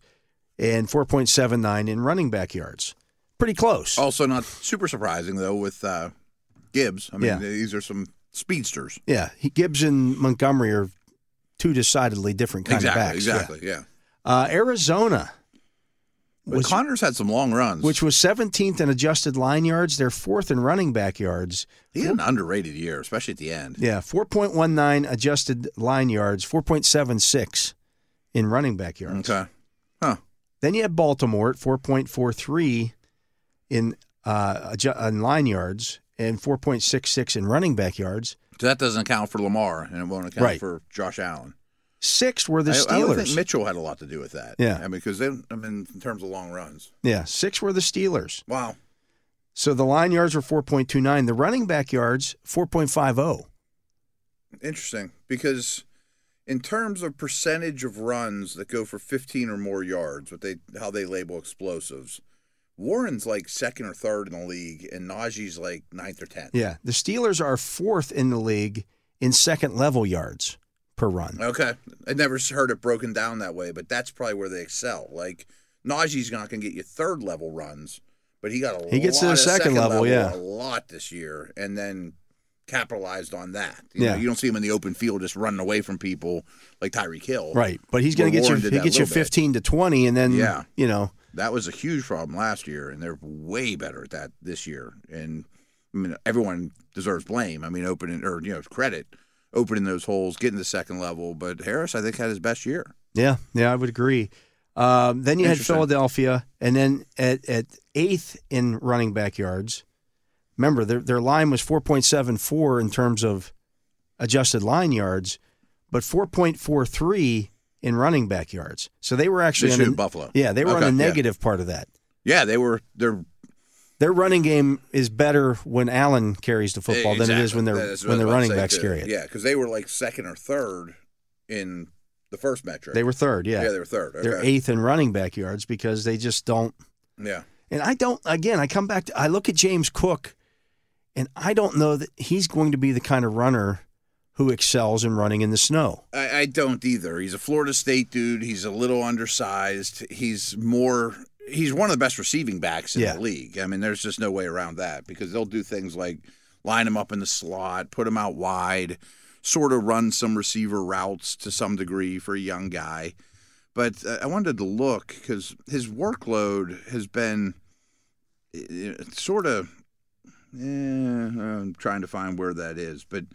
[SPEAKER 2] and 4.79 in running back yards. Pretty close.
[SPEAKER 3] Also, not super surprising though with uh, Gibbs. I mean,
[SPEAKER 2] Yeah.
[SPEAKER 3] these are some speedsters.
[SPEAKER 2] Yeah, he, Gibbs and Montgomery are two decidedly different kind
[SPEAKER 3] exactly.
[SPEAKER 2] of backs. yeah.
[SPEAKER 3] exactly. Yeah.
[SPEAKER 2] Uh, Arizona,
[SPEAKER 3] But
[SPEAKER 2] was-
[SPEAKER 3] Connors had some long runs.
[SPEAKER 2] which was 17th in adjusted line yards, they're fourth in running back yards.
[SPEAKER 3] he had an underrated year, especially at the end.
[SPEAKER 2] Yeah, 4.19 adjusted line yards, 4.76 in running back yards.
[SPEAKER 3] Okay. Huh.
[SPEAKER 2] Then you have Baltimore at 4.43 in uh, adju- on line yards and 4.66 in running back yards.
[SPEAKER 3] So that doesn't account for Lamar, and it won't account
[SPEAKER 2] Right.
[SPEAKER 3] for Josh Allen.
[SPEAKER 2] Sixth were the
[SPEAKER 3] I, I would think
[SPEAKER 2] Steelers.
[SPEAKER 3] Mitchell had a lot to do with that.
[SPEAKER 2] Yeah.
[SPEAKER 3] I mean, because they, I mean, in terms of long runs.
[SPEAKER 2] yeah, six were the Steelers.
[SPEAKER 3] Wow.
[SPEAKER 2] So the line yards were 4.29. The running back yards, 4.50.
[SPEAKER 3] Interesting, because in terms of percentage of runs that go for 15 or more yards, what they how they label explosives, Warren's like second or third in the league, and Najee's like ninth or tenth.
[SPEAKER 2] Yeah, the Steelers are fourth in the league in second level yards per run.
[SPEAKER 3] Okay, I never s- heard it broken down that way, but that's probably where they excel. Like Najee's not going to get you third level runs, but he got a
[SPEAKER 2] He gets to
[SPEAKER 3] lot
[SPEAKER 2] the
[SPEAKER 3] of
[SPEAKER 2] second level, yeah.
[SPEAKER 3] a lot this year, and then capitalized on that. You
[SPEAKER 2] Yeah.
[SPEAKER 3] know, you don't see him in the open field just running away from people like Tyree Hill.
[SPEAKER 2] Right, but he's going to
[SPEAKER 3] Well,
[SPEAKER 2] get you.
[SPEAKER 3] Warren did
[SPEAKER 2] He
[SPEAKER 3] that
[SPEAKER 2] gets you
[SPEAKER 3] little bit.
[SPEAKER 2] 15 to 20, and then
[SPEAKER 3] Yeah.
[SPEAKER 2] you know,
[SPEAKER 3] That was a huge problem last year, and they're way better at that this year. And I mean, everyone deserves blame. I mean, opening or you know credit, opening those holes, getting the second level. But Harris, I think, had his best year.
[SPEAKER 2] yeah, yeah, I would agree. Um, then you had
[SPEAKER 3] Interesting.
[SPEAKER 2] Philadelphia, and then at, at eighth in running back yards. Remember, their their line was 4.74 in terms of adjusted line yards, but 4.43 in running back yards. So they were actually
[SPEAKER 3] They
[SPEAKER 2] on the-
[SPEAKER 3] shoot Buffalo.
[SPEAKER 2] Yeah, they were on
[SPEAKER 3] Okay,
[SPEAKER 2] the
[SPEAKER 3] yeah.
[SPEAKER 2] negative part of that.
[SPEAKER 3] Yeah, they were. They're
[SPEAKER 2] Their running game is better when Allen carries the football than it is
[SPEAKER 3] Exactly.
[SPEAKER 2] when they're
[SPEAKER 3] That's what
[SPEAKER 2] when
[SPEAKER 3] I
[SPEAKER 2] their
[SPEAKER 3] was about to
[SPEAKER 2] running
[SPEAKER 3] say,
[SPEAKER 2] backs
[SPEAKER 3] too.
[SPEAKER 2] carry it.
[SPEAKER 3] Yeah, because they were like second or third in the first metric.
[SPEAKER 2] They were third, yeah.
[SPEAKER 3] yeah, they were third. Okay.
[SPEAKER 2] they're eighth in running back yards because they just don't.
[SPEAKER 3] Yeah,
[SPEAKER 2] And I don't. Again, I come back. to I look at James Cook, And I don't know that he's going to be the kind of runner who excels in running in the snow.
[SPEAKER 3] I, I don't either. He's a Florida State dude. He's a little undersized. He's more. He's one of the best receiving backs in
[SPEAKER 2] Yeah.
[SPEAKER 3] the league. I mean, there's just no way around that because they'll do things like line him up in the slot, put him out wide, sort of run some receiver routes to some degree for a young guy. But uh, I wanted to look because his workload has been uh, sort of. Eh, I'm trying to find where that is, but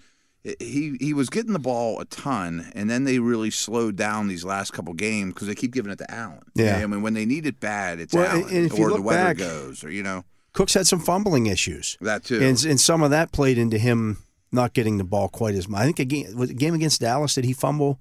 [SPEAKER 3] he he was getting the ball a ton, and then they really slowed down these last couple games because they keep giving it to Allen.
[SPEAKER 2] Yeah.
[SPEAKER 3] I mean when they need it bad, it's
[SPEAKER 2] Well,
[SPEAKER 3] Allen,
[SPEAKER 2] and if you
[SPEAKER 3] or the
[SPEAKER 2] look
[SPEAKER 3] weather
[SPEAKER 2] back-
[SPEAKER 3] goes, or you know
[SPEAKER 2] Cook's had some fumbling issues.
[SPEAKER 3] that too.
[SPEAKER 2] And, and some of that played into him not getting the ball quite as much. I think a game, was it a game against Dallas, did he fumble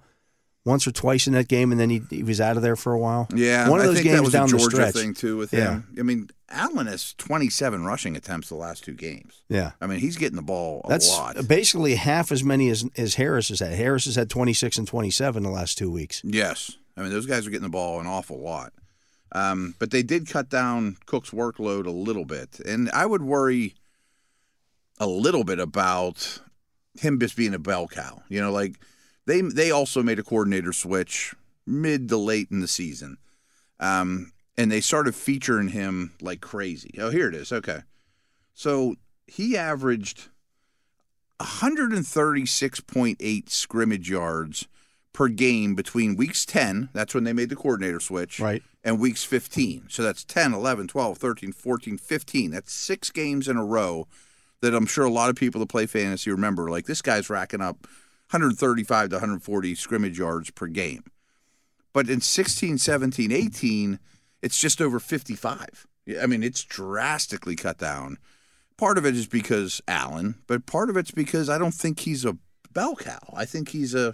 [SPEAKER 2] once or twice in that game and then he, he was out of there for a while?
[SPEAKER 3] yeah,
[SPEAKER 2] One of
[SPEAKER 3] I
[SPEAKER 2] those
[SPEAKER 3] think
[SPEAKER 2] games
[SPEAKER 3] that was
[SPEAKER 2] down
[SPEAKER 3] a
[SPEAKER 2] the
[SPEAKER 3] Georgia
[SPEAKER 2] stretch.
[SPEAKER 3] thing too with
[SPEAKER 2] Yeah.
[SPEAKER 3] him. I mean Allen has 27 rushing attempts the last two games.
[SPEAKER 2] Yeah.
[SPEAKER 3] I mean he's getting the ball a
[SPEAKER 2] That's
[SPEAKER 3] lot.
[SPEAKER 2] basically half as many as, as Harris has had. Harris has had 26 and 27 the last two weeks.
[SPEAKER 3] Yes. I mean, those guys are getting the ball an awful lot. Um, but they did cut down Cook's workload a little bit. And I would worry a little bit about him just being a bell cow. You know, like they they also made a coordinator switch mid to late in the season. Um, and they started featuring him like crazy. Oh, here it is. Okay. So he averaged 136.8 scrimmage yards per game between weeks 10, that's when they made the coordinator switch,
[SPEAKER 2] Right.
[SPEAKER 3] and weeks 15. So that's 10, 11, 12, 13, 14, 15. That's six games in a row that I'm sure a lot of people that play fantasy remember. Like this guy's racking up 135 to 140 scrimmage yards per game. But in 16, 17, 18, it's just over 55. Yeah, I mean, it's drastically cut down. Part of it is because Allen, but part of it's because I don't think he's a bell cow. I think he's a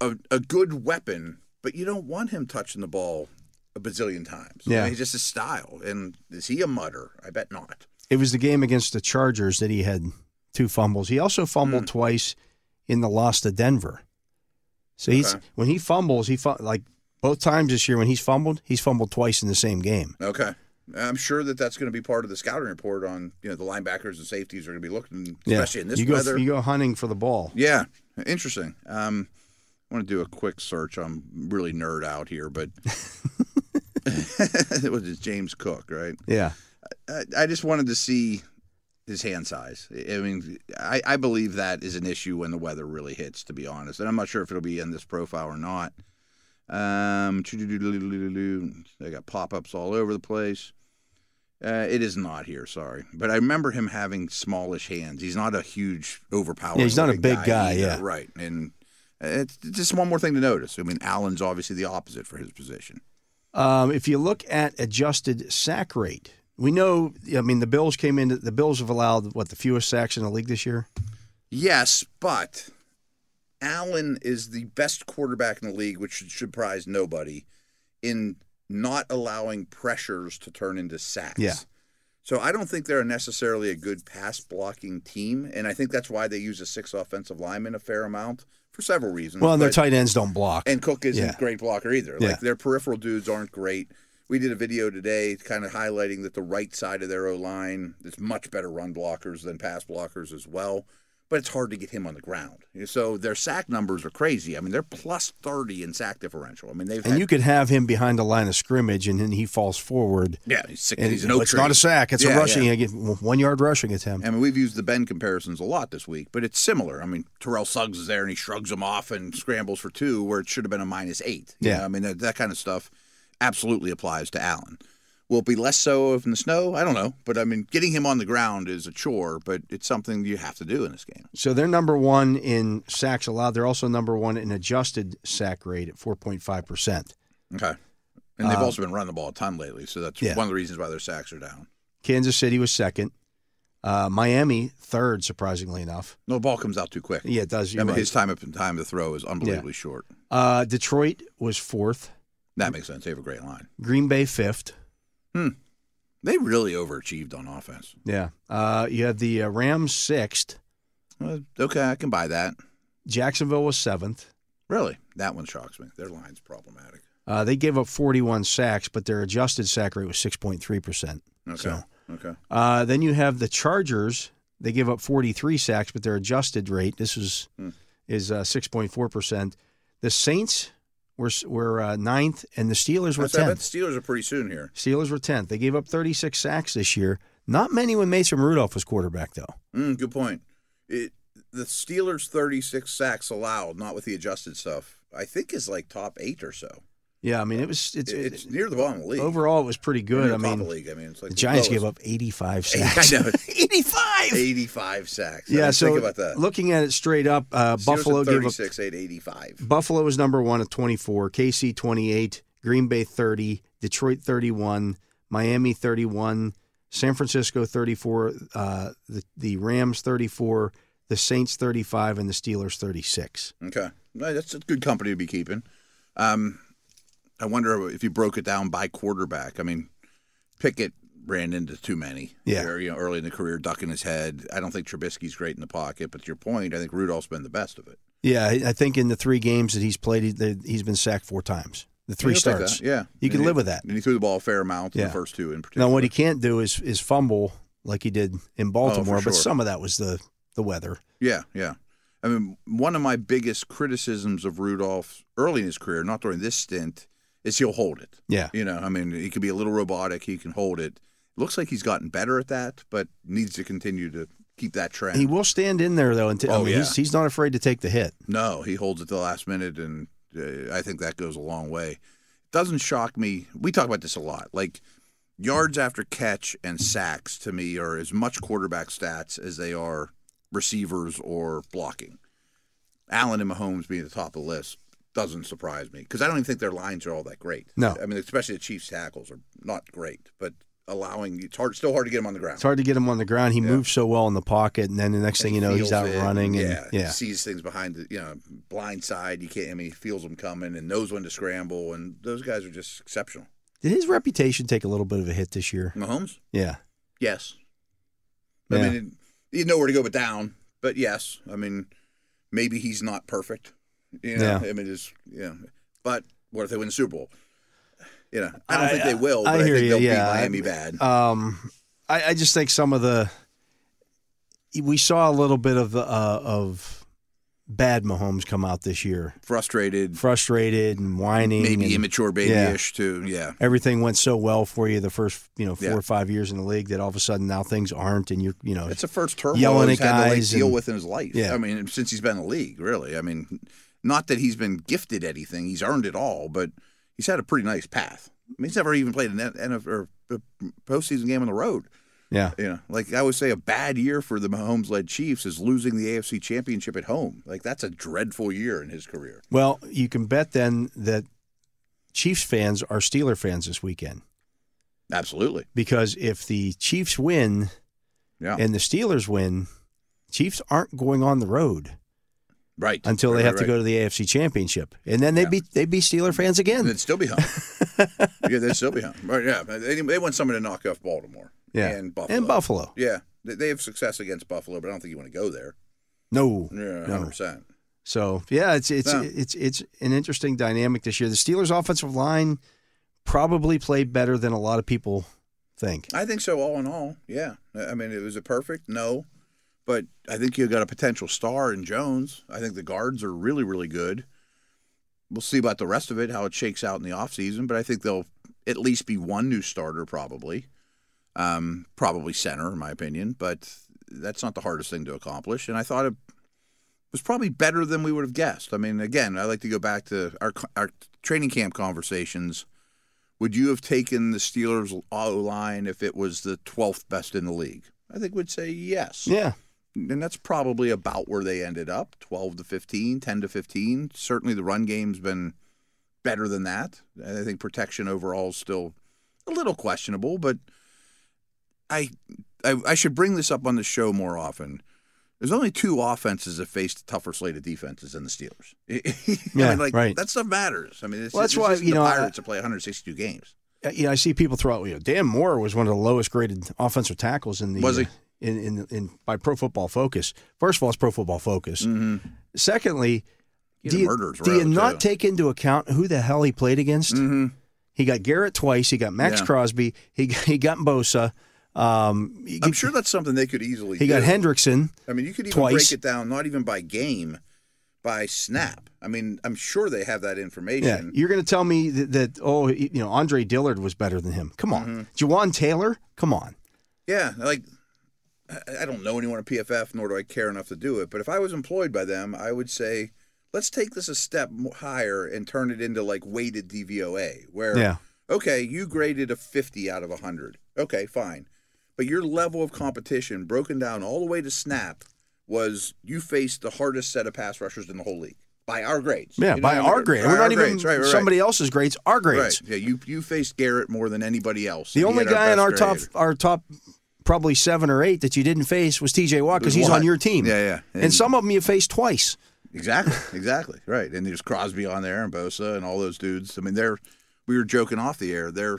[SPEAKER 3] a, a good weapon, but you don't want him touching the ball a bazillion times. I
[SPEAKER 2] Yeah.
[SPEAKER 3] mean, he's just his style. And is he a mutter? I bet not.
[SPEAKER 2] It was the game against the Chargers that he had two fumbles. He also fumbled
[SPEAKER 3] Hmm.
[SPEAKER 2] twice in the loss to Denver. So he's
[SPEAKER 3] Okay.
[SPEAKER 2] when he fumbles, he fum- like both times this year when he's fumbled, he's fumbled twice in the same game.
[SPEAKER 3] Okay. I'm sure that that's going to be part of the scouting report on you know the linebackers and safeties are going to be looking, especially in this
[SPEAKER 2] you go,
[SPEAKER 3] weather.
[SPEAKER 2] You go hunting for the ball.
[SPEAKER 3] Yeah, interesting. Um, I want to do a quick search. I'm really nerd out
[SPEAKER 2] <laughs>
[SPEAKER 3] here, but <laughs> it was just James Cook, right?
[SPEAKER 2] Yeah.
[SPEAKER 3] I, I just wanted to see his hand size. I I mean, I, I believe that is an issue when the weather really hits, to be honest. And I'm not sure if it'll be in this profile or not. Um, I got pop ups all over the place. Uh, it is not here, sorry. But I remember him having smallish hands. He's not a huge, overpowering.
[SPEAKER 2] Yeah, he's not a
[SPEAKER 3] looking
[SPEAKER 2] big guy,
[SPEAKER 3] either,
[SPEAKER 2] yeah.
[SPEAKER 3] Right. And uh, it's just one more thing to notice. I mean, Allen's obviously the opposite for his position.
[SPEAKER 2] Um, if you look at adjusted sack rate, we know. I mean, the Bills came in. The Bills have allowed what the fewest sacks in the league this year.
[SPEAKER 3] Yes, but Allen is the best quarterback in the league, which should surprise nobody, in not allowing pressures to turn into sacks.
[SPEAKER 2] Yeah.
[SPEAKER 3] So I don't think they're necessarily a good pass blocking team, and I think that's why they use a six offensive lineman a fair amount for several reasons.
[SPEAKER 2] Well, and their
[SPEAKER 3] but-
[SPEAKER 2] tight ends don't block.
[SPEAKER 3] and Cook isn't
[SPEAKER 2] Yeah.
[SPEAKER 3] a great blocker either.
[SPEAKER 2] Yeah.
[SPEAKER 3] Like their peripheral dudes aren't great. We did a video today kind of highlighting that the right side of their O line is much better run blockers than pass blockers as well. But it's hard to get him on the ground. So their sack numbers are crazy. I mean, they're plus 30 in sack differential. I mean, they've
[SPEAKER 2] and
[SPEAKER 3] had-
[SPEAKER 2] you could have him behind the line of scrimmage, and then he falls forward.
[SPEAKER 3] yeah, he's, six,
[SPEAKER 2] And
[SPEAKER 3] he's an oak
[SPEAKER 2] it's
[SPEAKER 3] tree.
[SPEAKER 2] not a sack. It's
[SPEAKER 3] Yeah,
[SPEAKER 2] a rushing
[SPEAKER 3] yeah.
[SPEAKER 2] one yard rushing attempt.
[SPEAKER 3] I mean, we've used the Ben comparisons a lot this week, but it's similar. I mean, Terrell Suggs is there and he shrugs him off and scrambles for two where it should have been a minus eight. You
[SPEAKER 2] Yeah.
[SPEAKER 3] know, I mean, that, that kind of stuff absolutely applies to Allen. Will it be less so if in the snow? I don't know. But I mean, getting him on the ground is a chore, but it's something you have to do in this game.
[SPEAKER 2] So they're number one in sacks allowed. They're also number one in adjusted sack rate at 4.5%.
[SPEAKER 3] Okay. And they've
[SPEAKER 2] Uh,
[SPEAKER 3] also been running the ball a ton lately. So that's
[SPEAKER 2] Yeah.
[SPEAKER 3] one of the reasons why their sacks are down.
[SPEAKER 2] Kansas City was second. Uh, Miami, third, surprisingly enough.
[SPEAKER 3] No, the ball comes out too quick.
[SPEAKER 2] Yeah, it does.
[SPEAKER 3] I
[SPEAKER 2] You're
[SPEAKER 3] mean,
[SPEAKER 2] right.
[SPEAKER 3] his time up and time to throw is unbelievably short.
[SPEAKER 2] Uh, Detroit was fourth.
[SPEAKER 3] That makes sense. They have a great line.
[SPEAKER 2] Green Bay, fifth.
[SPEAKER 3] They really overachieved on offense.
[SPEAKER 2] Yeah. Uh, you have the uh, Rams, sixth.
[SPEAKER 3] Uh, okay, I can buy that.
[SPEAKER 2] Jacksonville was seventh.
[SPEAKER 3] Really? That one shocks me. Their line's problematic.
[SPEAKER 2] Uh, they gave up 41 sacks, but their adjusted sack rate was 6.3%.
[SPEAKER 3] Okay.
[SPEAKER 2] So
[SPEAKER 3] Okay.
[SPEAKER 2] Uh, then you have the Chargers. They give up 43 sacks, but their adjusted rate this is
[SPEAKER 3] Hmm.
[SPEAKER 2] is uh, 6.4 percent. The Saints were s- were uh, ninth, and the Steelers were
[SPEAKER 3] I bet the
[SPEAKER 2] tenth.
[SPEAKER 3] Steelers are pretty soon here.
[SPEAKER 2] Steelers were tenth. They gave up 36 sacks this year. Not many when Mason Rudolph was quarterback, though.
[SPEAKER 3] Mm, good point. It the Steelers 36 sacks allowed, not with the adjusted stuff. I think is like top eight or so.
[SPEAKER 2] Yeah, I mean it was it's,
[SPEAKER 3] It- it's near the bottom of the league.
[SPEAKER 2] overall it was pretty
[SPEAKER 3] Or
[SPEAKER 2] good.
[SPEAKER 3] near
[SPEAKER 2] I
[SPEAKER 3] top of the
[SPEAKER 2] mean
[SPEAKER 3] league. I mean, it's like
[SPEAKER 2] the Giants gave up 85 sacks. <laughs>
[SPEAKER 3] <laughs> I know.
[SPEAKER 2] 85.
[SPEAKER 3] 85 sacks. I
[SPEAKER 2] yeah,
[SPEAKER 3] mean,
[SPEAKER 2] so
[SPEAKER 3] think about that.
[SPEAKER 2] looking at it straight up, uh,
[SPEAKER 3] Steelers
[SPEAKER 2] Buffalo
[SPEAKER 3] at
[SPEAKER 2] gave up
[SPEAKER 3] 36, 8, 85.
[SPEAKER 2] Buffalo is number one at 24, KC 28, Green Bay 30, Detroit 31, Miami 31, San Francisco 34, uh, the, the Rams 34, the Saints 35, and the Steelers 36.
[SPEAKER 3] Okay, Well, that's a good company to be keeping. Um, I wonder if you broke it down by quarterback. I mean, Pickett ran into too many.
[SPEAKER 2] Yeah.
[SPEAKER 3] There, you know, early in the career, ducking his head. I don't think Trubisky's great in the pocket, but to your point, I think Rudolph's been the best of it.
[SPEAKER 2] Yeah, I I think in the three games that he's played, he- that he's been sacked four times. The three
[SPEAKER 3] He'll take
[SPEAKER 2] starts.
[SPEAKER 3] that, Yeah,
[SPEAKER 2] You can
[SPEAKER 3] And
[SPEAKER 2] live
[SPEAKER 3] he-
[SPEAKER 2] with that.
[SPEAKER 3] And he threw the ball a fair amount in
[SPEAKER 2] Yeah.
[SPEAKER 3] the first two in particular.
[SPEAKER 2] Now, what he can't do is is fumble like he did in Baltimore,
[SPEAKER 3] Oh, sure.
[SPEAKER 2] but some of that was the the weather.
[SPEAKER 3] Yeah, yeah. I mean, one of my biggest criticisms of Rudolph early in his career, not during this stint, is he'll hold it.
[SPEAKER 2] Yeah.
[SPEAKER 3] You know, I mean, he can be a little robotic. He can hold it. Looks like he's gotten better at that, but needs to continue to keep that trend.
[SPEAKER 2] He will stand in there though, and t- I
[SPEAKER 3] Oh,
[SPEAKER 2] mean,
[SPEAKER 3] yeah.
[SPEAKER 2] he's he's not afraid to take the hit.
[SPEAKER 3] no, he holds it to the last minute, and uh, I think that goes a long way. It doesn't shock me. We talk about this a lot. Like yards after catch and sacks to me are as much quarterback stats as they are receivers or blocking. Allen and Mahomes being at the top of the list doesn't surprise me because I don't even think their lines are all that great.
[SPEAKER 2] No.
[SPEAKER 3] I mean, especially the Chiefs' tackles are not great, but allowing it's hard, still hard to get them on the ground.
[SPEAKER 2] It's hard to get him on the ground. He moves so well in the pocket, and then the next thing
[SPEAKER 3] And
[SPEAKER 2] you know,
[SPEAKER 3] he
[SPEAKER 2] he's
[SPEAKER 3] feels
[SPEAKER 2] out
[SPEAKER 3] it,
[SPEAKER 2] running. And,
[SPEAKER 3] yeah,
[SPEAKER 2] yeah,
[SPEAKER 3] He sees things behind the you know blind side. You can't. I mean, he feels them coming and knows when to scramble. And those guys are just exceptional.
[SPEAKER 2] Did his reputation take a little bit of a hit this year?
[SPEAKER 3] Mahomes,
[SPEAKER 2] Yeah,
[SPEAKER 3] yes. I
[SPEAKER 2] Yeah.
[SPEAKER 3] mean, he's nowhere to go but down. But yes, I mean, maybe he's not perfect. You know,
[SPEAKER 2] Yeah.
[SPEAKER 3] I mean, it's yeah. But what if they win the Super Bowl? You know, I don't think they will.
[SPEAKER 2] I
[SPEAKER 3] But I,
[SPEAKER 2] hear
[SPEAKER 3] think
[SPEAKER 2] you,
[SPEAKER 3] they'll
[SPEAKER 2] yeah.
[SPEAKER 3] beat Miami bad.
[SPEAKER 2] Um, I, I just think some of the we saw a little bit of uh, of bad Mahomes come out this year,
[SPEAKER 3] Frustrated,
[SPEAKER 2] frustrated and whining.
[SPEAKER 3] maybe
[SPEAKER 2] and-
[SPEAKER 3] immature, babyish too. Yeah,
[SPEAKER 2] everything went so well for you the first you know four
[SPEAKER 3] Yeah.
[SPEAKER 2] or five years in the league that all of a sudden now things aren't and you're you know
[SPEAKER 3] It's the first turmoil
[SPEAKER 2] yelling
[SPEAKER 3] he's
[SPEAKER 2] at
[SPEAKER 3] had to like,
[SPEAKER 2] guys
[SPEAKER 3] deal
[SPEAKER 2] and-
[SPEAKER 3] with in his life.
[SPEAKER 2] Yeah.
[SPEAKER 3] I mean, since he's been in the league, really. I mean, not that he's been gifted anything; he's earned it all, but he's had a pretty nice path. I mean, he's never even played an NFL or a postseason game on the road.
[SPEAKER 2] yeah
[SPEAKER 3] You know, like I always say, a bad year for the Mahomes-led Chiefs is losing the AFC Championship at home. Like that's a dreadful year in his career.
[SPEAKER 2] well you can bet then that Chiefs fans are Steeler fans this weekend
[SPEAKER 3] Absolutely.
[SPEAKER 2] because if the Chiefs win
[SPEAKER 3] Yeah.
[SPEAKER 2] and the Steelers win Chiefs aren't going on the road
[SPEAKER 3] right.
[SPEAKER 2] until
[SPEAKER 3] Right,
[SPEAKER 2] they
[SPEAKER 3] right,
[SPEAKER 2] have
[SPEAKER 3] right.
[SPEAKER 2] to go to the AFC Championship and then they
[SPEAKER 3] Yeah.
[SPEAKER 2] would be they would be Steeler fans
[SPEAKER 3] And
[SPEAKER 2] again
[SPEAKER 3] they'd still be home. yeah, they'd still be home. Right. Yeah. They, they want someone to knock off Baltimore.
[SPEAKER 2] yeah
[SPEAKER 3] And Buffalo.
[SPEAKER 2] and Buffalo
[SPEAKER 3] Yeah, they, they have success against Buffalo, but I don't think you want to go there.
[SPEAKER 2] no no
[SPEAKER 3] Yeah, hundred percent.
[SPEAKER 2] So yeah, it's it's
[SPEAKER 3] No.
[SPEAKER 2] it's it's an interesting dynamic this year. The Steelers' offensive line probably played better than a lot of people think.
[SPEAKER 3] I think so. All in all, yeah. I I mean, it was a perfect no, but I think you got a potential star in Jones. I think the guards are really, really good. We'll see about the rest of it, how it shakes out in the offseason, but I think they'll at least be one new starter, probably. Um, probably center, in my opinion, but that's not the hardest thing to accomplish. And I thought it was probably better than we would have guessed. I mean, again, I like to go back to our our training camp conversations. Would you have taken the Steelers O line if it was the 12th best in the league? I think we'd say yes.
[SPEAKER 2] Yeah,
[SPEAKER 3] And that's probably about where they ended up 12 to 15, 10 to 15. Certainly the run game's been better than that. And I think protection overall is still a little questionable, but I, I I should bring this up on the show more often. There's only two offenses that faced tougher slate of defenses than the Steelers. <laughs> I
[SPEAKER 2] Yeah,
[SPEAKER 3] mean, like,
[SPEAKER 2] right.
[SPEAKER 3] That stuff matters. I mean, it's,
[SPEAKER 2] Well, that's
[SPEAKER 3] it's
[SPEAKER 2] why,
[SPEAKER 3] just
[SPEAKER 2] you
[SPEAKER 3] the
[SPEAKER 2] know, I-
[SPEAKER 3] Pirates to play 162 games.
[SPEAKER 2] Uh, yeah. I see people throw out. You know, Dan Moore was one of the lowest graded offensive tackles in the
[SPEAKER 3] Was he?
[SPEAKER 2] uh, in, in in by Pro Football Focus. First of all, it's Pro Football Focus.
[SPEAKER 3] Mm-hmm.
[SPEAKER 2] Secondly,
[SPEAKER 3] He's
[SPEAKER 2] do
[SPEAKER 3] a
[SPEAKER 2] you,
[SPEAKER 3] murderer's
[SPEAKER 2] do you
[SPEAKER 3] row,
[SPEAKER 2] not
[SPEAKER 3] too.
[SPEAKER 2] take into account who the hell he played against?
[SPEAKER 3] Mm-hmm.
[SPEAKER 2] He got Garrett twice. He got Max
[SPEAKER 3] Yeah.
[SPEAKER 2] Crosby. He got- he got Bosa. Um, he
[SPEAKER 3] I'm
[SPEAKER 2] got-
[SPEAKER 3] sure that's something they could easily.
[SPEAKER 2] he got
[SPEAKER 3] do.
[SPEAKER 2] Hendrickson.
[SPEAKER 3] I mean, you could even
[SPEAKER 2] twice.
[SPEAKER 3] break it down, not even by game, by snap. I mean, I'm sure they have that
[SPEAKER 2] Yeah,
[SPEAKER 3] information.
[SPEAKER 2] you're going to tell me that, that oh, you know, Andre Dillard was better than him. Come on,
[SPEAKER 3] Mm-hmm.
[SPEAKER 2] Jawan Taylor. Come on.
[SPEAKER 3] Yeah, like I- I don't know anyone at PFF, nor do I care enough to do it. But if I was employed by them, I would say, let's take this a step mo- higher and turn it into like weighted DVOA, where
[SPEAKER 2] Yeah.
[SPEAKER 3] okay, you graded a 50 out of 100. Okay, fine, but your level of competition, broken down all the way to snap, was you faced the hardest set of pass rushers in the whole league by our grades.
[SPEAKER 2] Yeah,
[SPEAKER 3] You know
[SPEAKER 2] by
[SPEAKER 3] what I mean?
[SPEAKER 2] our grade.
[SPEAKER 3] By
[SPEAKER 2] We're
[SPEAKER 3] our
[SPEAKER 2] not even
[SPEAKER 3] grades, right, right, right.
[SPEAKER 2] somebody else's grades. Our grades.
[SPEAKER 3] Right. Yeah, you you faced Garrett more than anybody else.
[SPEAKER 2] The
[SPEAKER 3] He
[SPEAKER 2] only
[SPEAKER 3] had
[SPEAKER 2] guy in
[SPEAKER 3] best
[SPEAKER 2] our top,
[SPEAKER 3] grade.
[SPEAKER 2] our top, probably seven or eight that you didn't face was T.J. Watt because
[SPEAKER 3] Was
[SPEAKER 2] Uh, he's
[SPEAKER 3] Watt.
[SPEAKER 2] on your team.
[SPEAKER 3] Yeah, yeah.
[SPEAKER 2] And, some of them you faced twice.
[SPEAKER 3] Exactly, exactly. Right. And there's Crosby on there and Bosa and all those dudes. I mean, they're we were joking off the air. Their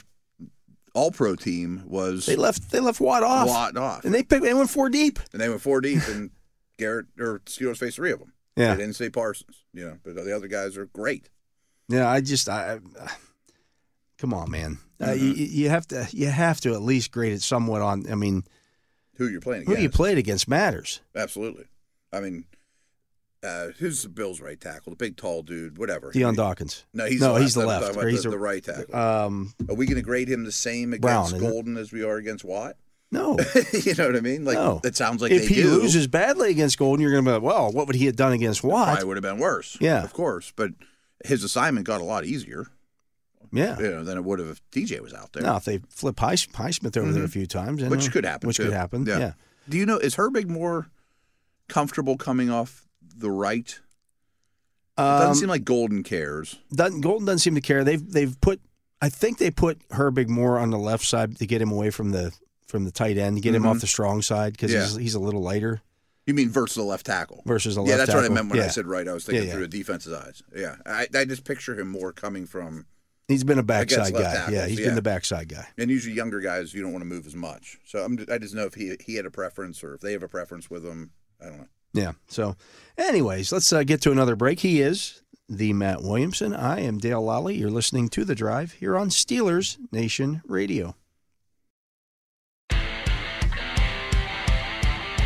[SPEAKER 3] all pro team was
[SPEAKER 2] They left. They left Watt off,
[SPEAKER 3] lot off.
[SPEAKER 2] and they picked. They went four deep.
[SPEAKER 3] And they went four deep and Garrett or Steelers faced three of them.
[SPEAKER 2] Yeah.
[SPEAKER 3] They didn't say Parsons, you know, but the other guys are great.
[SPEAKER 2] Yeah, I just, I, <sighs> I come on, man. Uh,
[SPEAKER 3] Mm-hmm.
[SPEAKER 2] you, you have to, you have to at least grade it somewhat on. I mean,
[SPEAKER 3] Who you're playing
[SPEAKER 2] who
[SPEAKER 3] against.
[SPEAKER 2] you played against matters.
[SPEAKER 3] Absolutely. I mean, uh, who's the Bills right tackle? The big tall dude, whatever.
[SPEAKER 2] Deion Dawkins.
[SPEAKER 3] No, he's
[SPEAKER 2] no,
[SPEAKER 3] the left.
[SPEAKER 2] he's the
[SPEAKER 3] I'm
[SPEAKER 2] left.
[SPEAKER 3] talking
[SPEAKER 2] or
[SPEAKER 3] about
[SPEAKER 2] he's
[SPEAKER 3] the,
[SPEAKER 2] the,
[SPEAKER 3] the right tackle.
[SPEAKER 2] um,
[SPEAKER 3] Are we going to grade him the same
[SPEAKER 2] Brown,
[SPEAKER 3] against
[SPEAKER 2] isn't it?
[SPEAKER 3] Golden as we are against Watt?
[SPEAKER 2] no.
[SPEAKER 3] you know what I mean? Like
[SPEAKER 2] No.
[SPEAKER 3] that sounds <laughs> like
[SPEAKER 2] if
[SPEAKER 3] they
[SPEAKER 2] he
[SPEAKER 3] do.
[SPEAKER 2] loses badly against Golden, you're going to be like, well, what would he have done against Watt?
[SPEAKER 3] probably would have been worse.
[SPEAKER 2] Yeah.
[SPEAKER 3] of course. But his assignment got a lot easier,
[SPEAKER 2] Yeah.
[SPEAKER 3] you know, than it would have if DJ was out there. Mm-hmm.
[SPEAKER 2] Now, if they flip Heis- Highsmith over there a few times, and,
[SPEAKER 3] Which
[SPEAKER 2] uh,
[SPEAKER 3] could happen,
[SPEAKER 2] Which
[SPEAKER 3] too.
[SPEAKER 2] could happen. Yeah.
[SPEAKER 3] Yeah. Do you know is Herbig more comfortable coming off the right? It doesn't
[SPEAKER 2] Um,
[SPEAKER 3] seem like Golden cares.
[SPEAKER 2] doesn't, Golden doesn't seem to care. They've they've put. I think they put Herbig more on the left side to get him away from the from the tight end, to get him
[SPEAKER 3] Mhm.
[SPEAKER 2] off the strong side because
[SPEAKER 3] Yeah.
[SPEAKER 2] he's, he's a little lighter
[SPEAKER 3] You mean versus the left tackle?
[SPEAKER 2] versus a left.
[SPEAKER 3] yeah, that's what I
[SPEAKER 2] tackle.
[SPEAKER 3] meant when I
[SPEAKER 2] Yeah.
[SPEAKER 3] said right. I was thinking
[SPEAKER 2] yeah.
[SPEAKER 3] through a defense's eyes. Yeah, I, I just picture him more coming from,
[SPEAKER 2] he's been a
[SPEAKER 3] guess
[SPEAKER 2] backside guy.
[SPEAKER 3] left tackles,
[SPEAKER 2] yeah, he's
[SPEAKER 3] yeah.
[SPEAKER 2] been the backside guy.
[SPEAKER 3] and usually younger guys you don't want to move as much. So I'm, I just know if he he had a preference or if they have a preference with him. I don't know.
[SPEAKER 2] Yeah. So, anyways, let's uh, get to another break. He is the Matt Williamson. I am Dale Lally. You're listening to The Drive here on Steelers Nation Radio.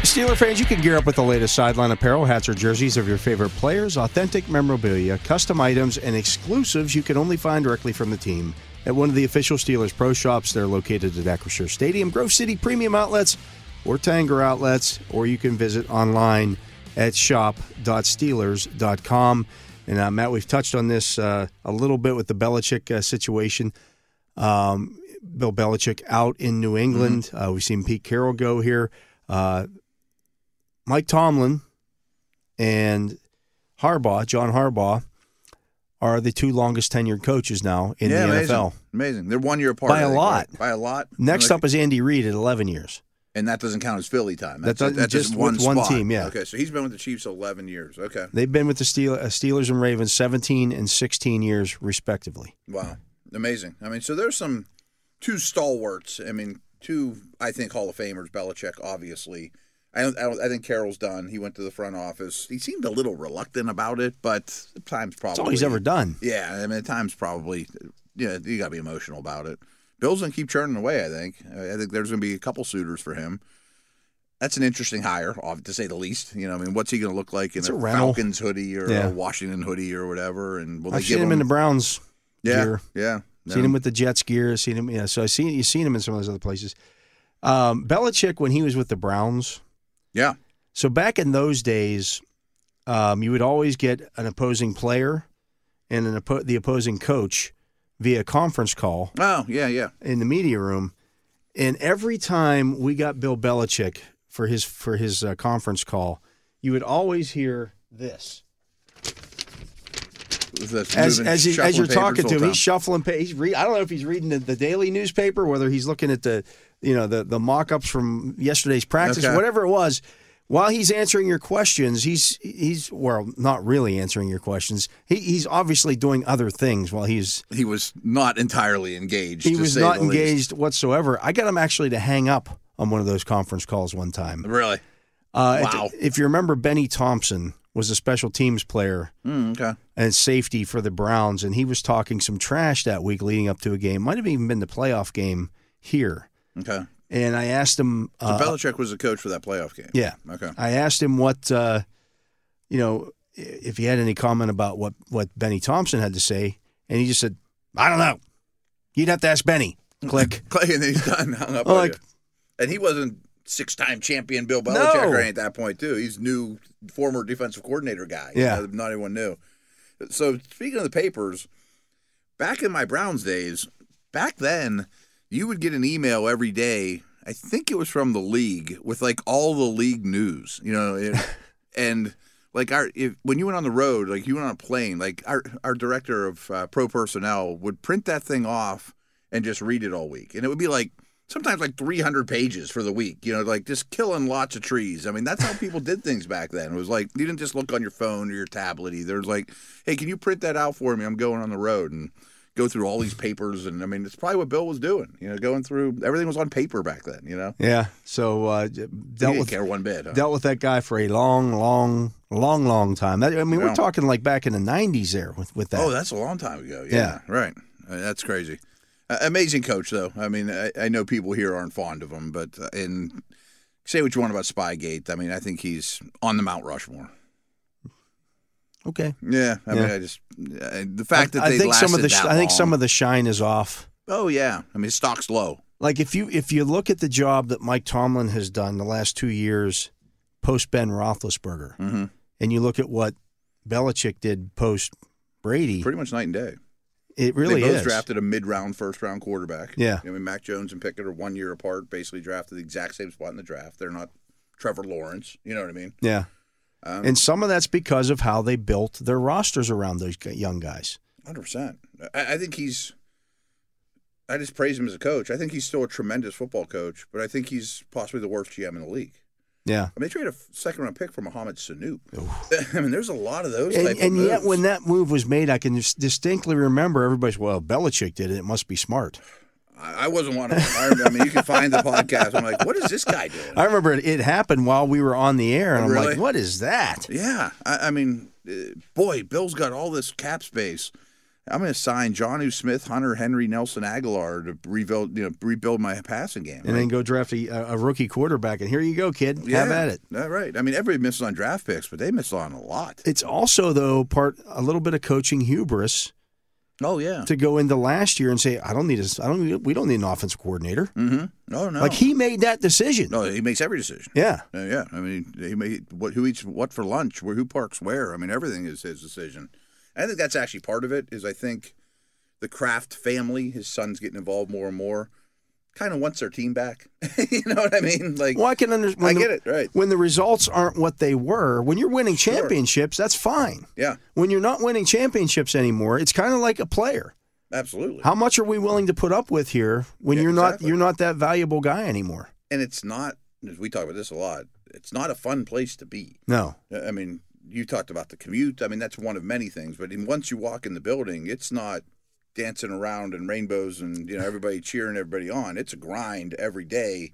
[SPEAKER 2] Steeler fans, you can gear up with the latest sideline apparel, hats, or jerseys of your favorite players, authentic memorabilia, custom items, and exclusives you can only find directly from the team at one of the official Steelers pro shops. They're located at Acrisure Stadium, Grove City Premium Outlets, or Tanger Outlets, or you can visit online at shop.steelers.com. And uh, Matt, we've touched on this uh, a little bit with the Belichick uh, situation. Um, Bill Belichick out in New England.
[SPEAKER 3] Mm-hmm.
[SPEAKER 2] Uh, we've seen Pete Carroll go here. Uh, Mike Tomlin and Harbaugh, John Harbaugh, are the two longest tenured coaches now in the
[SPEAKER 3] amazing.
[SPEAKER 2] NFL.
[SPEAKER 3] Amazing. They're one year apart
[SPEAKER 2] By
[SPEAKER 3] I
[SPEAKER 2] a
[SPEAKER 3] think,
[SPEAKER 2] lot.
[SPEAKER 3] right? By a lot.
[SPEAKER 2] Next
[SPEAKER 3] Like-
[SPEAKER 2] up is Andy Reid at 11 years.
[SPEAKER 3] and that doesn't count as Philly time.
[SPEAKER 2] That
[SPEAKER 3] That's, that's,
[SPEAKER 2] doesn't- just
[SPEAKER 3] one,
[SPEAKER 2] with one
[SPEAKER 3] spot.
[SPEAKER 2] team, yeah.
[SPEAKER 3] Okay, so he's been with the Chiefs eleven years. Okay,
[SPEAKER 2] They've been with the Steel, uh, Steelers and Ravens 17 and 16 years, respectively.
[SPEAKER 3] wow, amazing. I mean, so there's some two stalwarts. I mean, two I think Hall of Famers. Belichick, obviously. I don't, I don't. I think Carroll's done. He went to the front office. He seemed a little reluctant about it, but at times probably
[SPEAKER 2] That's all he's ever done.
[SPEAKER 3] Yeah, I mean, at times probably. Yeah, you got to be emotional about it. Bill's gonna keep churning away. I think. I I think there's gonna be a couple suitors for him. That's an interesting hire, ob- to say the least. You know, I mean, what's he gonna look like in
[SPEAKER 2] It's
[SPEAKER 3] a,
[SPEAKER 2] a rental.
[SPEAKER 3] Falcons hoodie or
[SPEAKER 2] Yeah.
[SPEAKER 3] a Washington hoodie or whatever? And will they
[SPEAKER 2] I've
[SPEAKER 3] give
[SPEAKER 2] seen him in the Browns.
[SPEAKER 3] yeah,
[SPEAKER 2] gear.
[SPEAKER 3] yeah,
[SPEAKER 2] Seen
[SPEAKER 3] no.
[SPEAKER 2] him with the Jets gear. Seen him. Yeah, so I seen you seen him in some of those other places. Um, Belichick when he was with the Browns.
[SPEAKER 3] yeah,
[SPEAKER 2] So back in those days, um, you would always get an opposing player and an oppo- the opposing coach via conference call
[SPEAKER 3] oh yeah, yeah.
[SPEAKER 2] in the media room. And every time we got Bill Belichick for his for his uh, conference call, you would always hear this
[SPEAKER 3] That's
[SPEAKER 2] as
[SPEAKER 3] moving-
[SPEAKER 2] as, he,
[SPEAKER 3] shuffling
[SPEAKER 2] as you're
[SPEAKER 3] papers
[SPEAKER 2] talking
[SPEAKER 3] all
[SPEAKER 2] to
[SPEAKER 3] the
[SPEAKER 2] him,
[SPEAKER 3] time.
[SPEAKER 2] he's shuffling. Pa- he's re- I don't know if he's reading the, the daily newspaper, whether he's looking at the you know the the mock-ups from yesterday's practice,
[SPEAKER 3] Okay.
[SPEAKER 2] whatever it was. While he's answering your questions, he's he's well, not really answering your questions. He, he's obviously doing other things while he's
[SPEAKER 3] he was not entirely engaged.
[SPEAKER 2] he
[SPEAKER 3] to
[SPEAKER 2] was
[SPEAKER 3] say
[SPEAKER 2] not
[SPEAKER 3] the least.
[SPEAKER 2] engaged whatsoever. I got him actually to hang up on one of those conference calls one time.
[SPEAKER 3] Really?
[SPEAKER 2] Uh,
[SPEAKER 3] Wow.
[SPEAKER 2] If, if you remember, Benny Thompson was a special teams player
[SPEAKER 3] Mm, okay.
[SPEAKER 2] and safety for the Browns, and he was talking some trash that week leading up to a game. Might have even been the playoff game here.
[SPEAKER 3] Okay.
[SPEAKER 2] and I asked him.
[SPEAKER 3] So
[SPEAKER 2] Uh,
[SPEAKER 3] Belichick was the coach for that playoff game.
[SPEAKER 2] yeah,
[SPEAKER 3] Okay.
[SPEAKER 2] I asked him what, uh, you know, i- if he had any comment about what what Benny Thompson had to say, and he just said, "I don't know. You'd have to ask
[SPEAKER 3] <laughs>
[SPEAKER 2] Benny." Click.
[SPEAKER 3] Clay, and then he's done hung up
[SPEAKER 2] Oh,
[SPEAKER 3] on
[SPEAKER 2] like-
[SPEAKER 3] you. And he wasn't six-time champion Bill Belichick
[SPEAKER 2] No.
[SPEAKER 3] or anything at that point, too. He's new former defensive coordinator guy. You
[SPEAKER 2] Yeah.
[SPEAKER 3] know, not anyone knew. So speaking of the papers, back in my Browns days, back then, you would get an email every day. I think it was from the league with like all the league news, you know, it- and like our if, when you went on the road, like you went on a plane, like our our director of uh, pro personnel would print that thing off and just read it all week, and it would be like sometimes like 300 pages for the week, you know, like just killing lots of trees. I mean, that's how people did things back then. It was like you didn't just look on your phone or your tablet either. It was like, hey, can you print that out for me? I'm going on the road and go through all these papers and I mean it's probably what Bill was doing. You know, going through everything was on paper back then. You know,
[SPEAKER 2] Yeah. So uh, j-
[SPEAKER 3] he
[SPEAKER 2] dealt
[SPEAKER 3] didn't
[SPEAKER 2] with
[SPEAKER 3] care one bit. huh?
[SPEAKER 2] dealt with that guy for a long, long, long, long time. That, I mean, we're
[SPEAKER 3] Yeah.
[SPEAKER 2] talking like back in the '90s there with with that.
[SPEAKER 3] Oh, that's a long time ago. Yeah, right. Uh, that's crazy. Uh, amazing coach, though. I mean, I, I know people here aren't fond of him, but uh, and say what you want about Spygate. I mean, I think he's on the Mount Rushmore.
[SPEAKER 2] okay.
[SPEAKER 3] Yeah, I mean,
[SPEAKER 2] Yeah.
[SPEAKER 3] I just uh, the fact that
[SPEAKER 2] I,
[SPEAKER 3] they
[SPEAKER 2] I think
[SPEAKER 3] lasted
[SPEAKER 2] some of the
[SPEAKER 3] that
[SPEAKER 2] I think
[SPEAKER 3] long-
[SPEAKER 2] some of the shine is off.
[SPEAKER 3] oh yeah, I mean, his stock's low.
[SPEAKER 2] Like if you if you look at the job that Mike Tomlin has done the last two years, post Ben Roethlisberger,
[SPEAKER 3] hmm
[SPEAKER 2] and you look at what Belichick did post Brady,
[SPEAKER 3] Pretty much night and day.
[SPEAKER 2] it really
[SPEAKER 3] they both
[SPEAKER 2] is.
[SPEAKER 3] drafted a mid-round, first-round quarterback.
[SPEAKER 2] Yeah.
[SPEAKER 3] I mean, Mac Jones and Pickett are one year apart. Basically, drafted the exact same spot in the draft. They're not Trevor Lawrence. You know what I mean?
[SPEAKER 2] Yeah,
[SPEAKER 3] Um,
[SPEAKER 2] and some of that's because of how they built their rosters around those g- young guys.
[SPEAKER 3] Hundred percent. I, I think he's. I just praise him as a coach. I think he's still a tremendous football coach, but I think he's possibly the worst GM in the league.
[SPEAKER 2] Yeah,
[SPEAKER 3] I mean, they traded a second round pick for Mohamed Sanu. <laughs> I mean, there's a lot of those.
[SPEAKER 2] and,
[SPEAKER 3] type of
[SPEAKER 2] and yet
[SPEAKER 3] moves.
[SPEAKER 2] when that move was made, I can dis- distinctly remember everybody's well, Belichick did it. It must be smart.
[SPEAKER 3] I, I wasn't one of them. I, remember- I mean, you can find the
[SPEAKER 2] <laughs>
[SPEAKER 3] podcast. I'm like, what is this guy doing?
[SPEAKER 2] I remember it, it happened while we were on the air, and I'm like,
[SPEAKER 3] Really?
[SPEAKER 2] what is that?
[SPEAKER 3] Yeah, I, I mean, uh, boy, Bill's got all this cap space. I'm going to sign John U. Smith, Hunter Henry, Nelson Aguilar to rebuild, you know, rebuild my passing game.
[SPEAKER 2] and
[SPEAKER 3] right?
[SPEAKER 2] then go draft a, a rookie quarterback. And here you go, kid. Have at it.
[SPEAKER 3] Yeah, right. I mean, everybody misses on draft picks, but they miss on a lot.
[SPEAKER 2] It's also though part a little bit of coaching hubris
[SPEAKER 3] Oh yeah.
[SPEAKER 2] to go into last year and say I don't need a, I don't need, we don't need an offense coordinator.
[SPEAKER 3] Mm-hmm. Oh no.
[SPEAKER 2] Like he made that decision.
[SPEAKER 3] no, he makes every decision.
[SPEAKER 2] Yeah,
[SPEAKER 3] Uh, yeah. I mean, he made what who eats what for lunch, where who parks where. I mean, everything is his decision. And I think that's actually part of it. Is I think the Kraft family, his son's getting involved more and more, kind of wants their team back. <laughs> you know what I mean? Like,
[SPEAKER 2] well I can understand.
[SPEAKER 3] I get it. Right.
[SPEAKER 2] When the results aren't what they were, when you're winning championships, that's fine.
[SPEAKER 3] Yeah.
[SPEAKER 2] When you're not winning championships anymore, it's kind of like a player.
[SPEAKER 3] Absolutely.
[SPEAKER 2] How much are we willing to put up with here when
[SPEAKER 3] Yeah,
[SPEAKER 2] you're not
[SPEAKER 3] exactly.
[SPEAKER 2] you're not that valuable guy anymore?
[SPEAKER 3] and it's not. as We talk about this a lot. It's not a fun place to be.
[SPEAKER 2] No.
[SPEAKER 3] I mean, you talked about the commute. I mean, that's one of many things. But in, once you walk in the building, it's not dancing around and rainbows and you <laughs> know everybody cheering everybody on. It's a grind every day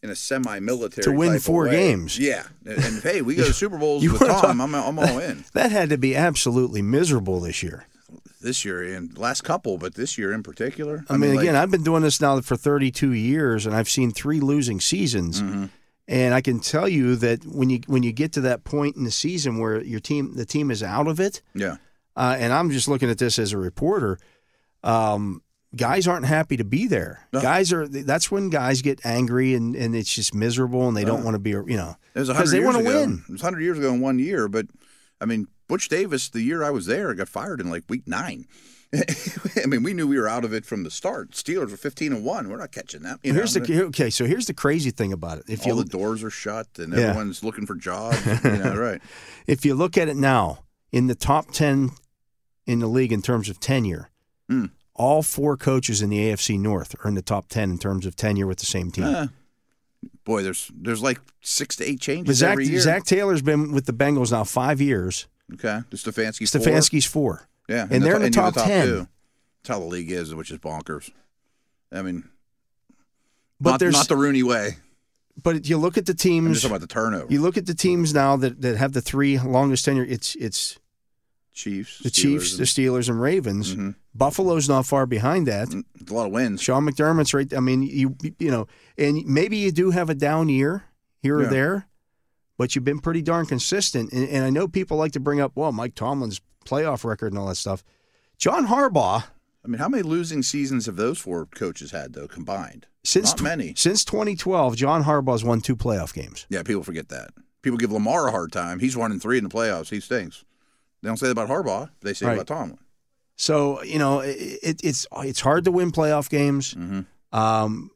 [SPEAKER 3] in a semi-military
[SPEAKER 2] To win
[SPEAKER 3] type of
[SPEAKER 2] four
[SPEAKER 3] way.
[SPEAKER 2] games.
[SPEAKER 3] Yeah, and, and, hey, <laughs> we go to Super Bowls
[SPEAKER 2] You
[SPEAKER 3] with
[SPEAKER 2] wanna
[SPEAKER 3] Tom. I'm, I'm all in
[SPEAKER 2] That had to be absolutely miserable this year.
[SPEAKER 3] <laughs> this year and last couple, but this year in particular.
[SPEAKER 2] I mean,
[SPEAKER 3] like,
[SPEAKER 2] again, I've been doing this now for 32 years, and I've seen three losing seasons.
[SPEAKER 3] Mm-hmm.
[SPEAKER 2] And I can tell you that when you when you get to that point in the season where your team the team is out of it,
[SPEAKER 3] yeah,
[SPEAKER 2] uh, and I'm just looking at this as a reporter, um, guys aren't happy to be there.
[SPEAKER 3] No.
[SPEAKER 2] Guys are that's when guys get angry and, and it's just miserable, and they
[SPEAKER 3] Uh-huh.
[SPEAKER 2] don't want to be you know
[SPEAKER 3] it was a
[SPEAKER 2] because
[SPEAKER 3] hundred
[SPEAKER 2] they
[SPEAKER 3] years
[SPEAKER 2] want to
[SPEAKER 3] ago.
[SPEAKER 2] win.
[SPEAKER 3] It was hundred years ago in one year, but I mean, Butch Davis, the year I was there, got fired in like week nine. <laughs> I mean, we knew we were out of it from the start. Steelers were fifteen and one. We're not catching that. You
[SPEAKER 2] here's
[SPEAKER 3] know?
[SPEAKER 2] the okay. So here's the crazy thing about it. If
[SPEAKER 3] all
[SPEAKER 2] you
[SPEAKER 3] the doors are shut and
[SPEAKER 2] Yeah.
[SPEAKER 3] everyone's looking for jobs. you
[SPEAKER 2] <laughs>
[SPEAKER 3] know, right?
[SPEAKER 2] if you look at it now, in the top 10 in the league in terms of tenure,
[SPEAKER 3] Hmm.
[SPEAKER 2] all four coaches in the AFC North are in the top 10 in terms of tenure with the same team.
[SPEAKER 3] Uh, boy, there's there's like six to eight
[SPEAKER 2] But
[SPEAKER 3] changes
[SPEAKER 2] Zach,
[SPEAKER 3] every year.
[SPEAKER 2] Zach Taylor's been with the Bengals now five years.
[SPEAKER 3] Okay, the Stefanski. four.
[SPEAKER 2] Stefanski's four.
[SPEAKER 3] Yeah,
[SPEAKER 2] and they're in the
[SPEAKER 3] you're
[SPEAKER 2] top 10.
[SPEAKER 3] That's how the league is, which is bonkers. I mean,
[SPEAKER 2] But
[SPEAKER 3] not,
[SPEAKER 2] there's Mm.
[SPEAKER 3] not the Rooney way.
[SPEAKER 2] but you look at the
[SPEAKER 3] I'm
[SPEAKER 2] teams
[SPEAKER 3] just talking about the turnover.
[SPEAKER 2] you look at the teams now that, that have the three longest tenure, it's it's
[SPEAKER 3] Chiefs,
[SPEAKER 2] The
[SPEAKER 3] Steelers,
[SPEAKER 2] Chiefs, the
[SPEAKER 3] and-
[SPEAKER 2] Steelers, and Ravens.
[SPEAKER 3] Mhm.
[SPEAKER 2] Buffalo's not far behind that.
[SPEAKER 3] Mm-hmm. It's a lot of wins.
[SPEAKER 2] Sean McDermott's right. I mean, you you know, and maybe you do have a down year here or
[SPEAKER 3] Yeah.
[SPEAKER 2] there, but you've been pretty darn consistent. And, and I know people like to bring up, well, Mike Tomlin's playoff record and all that stuff. John Harbaugh
[SPEAKER 3] I mean, how many losing seasons have those four coaches had though combined?
[SPEAKER 2] since
[SPEAKER 3] Not many.
[SPEAKER 2] since 2012, John Harbaugh's won two playoff games.
[SPEAKER 3] Yeah, people forget that. People give Lamar a hard time. He's one and three in the playoffs. He stinks. They don't say that about Harbaugh. They say it
[SPEAKER 2] Right.
[SPEAKER 3] about Tomlin.
[SPEAKER 2] So you know, it, it's it's hard to win playoff games.
[SPEAKER 3] Mm-hmm.
[SPEAKER 2] Um,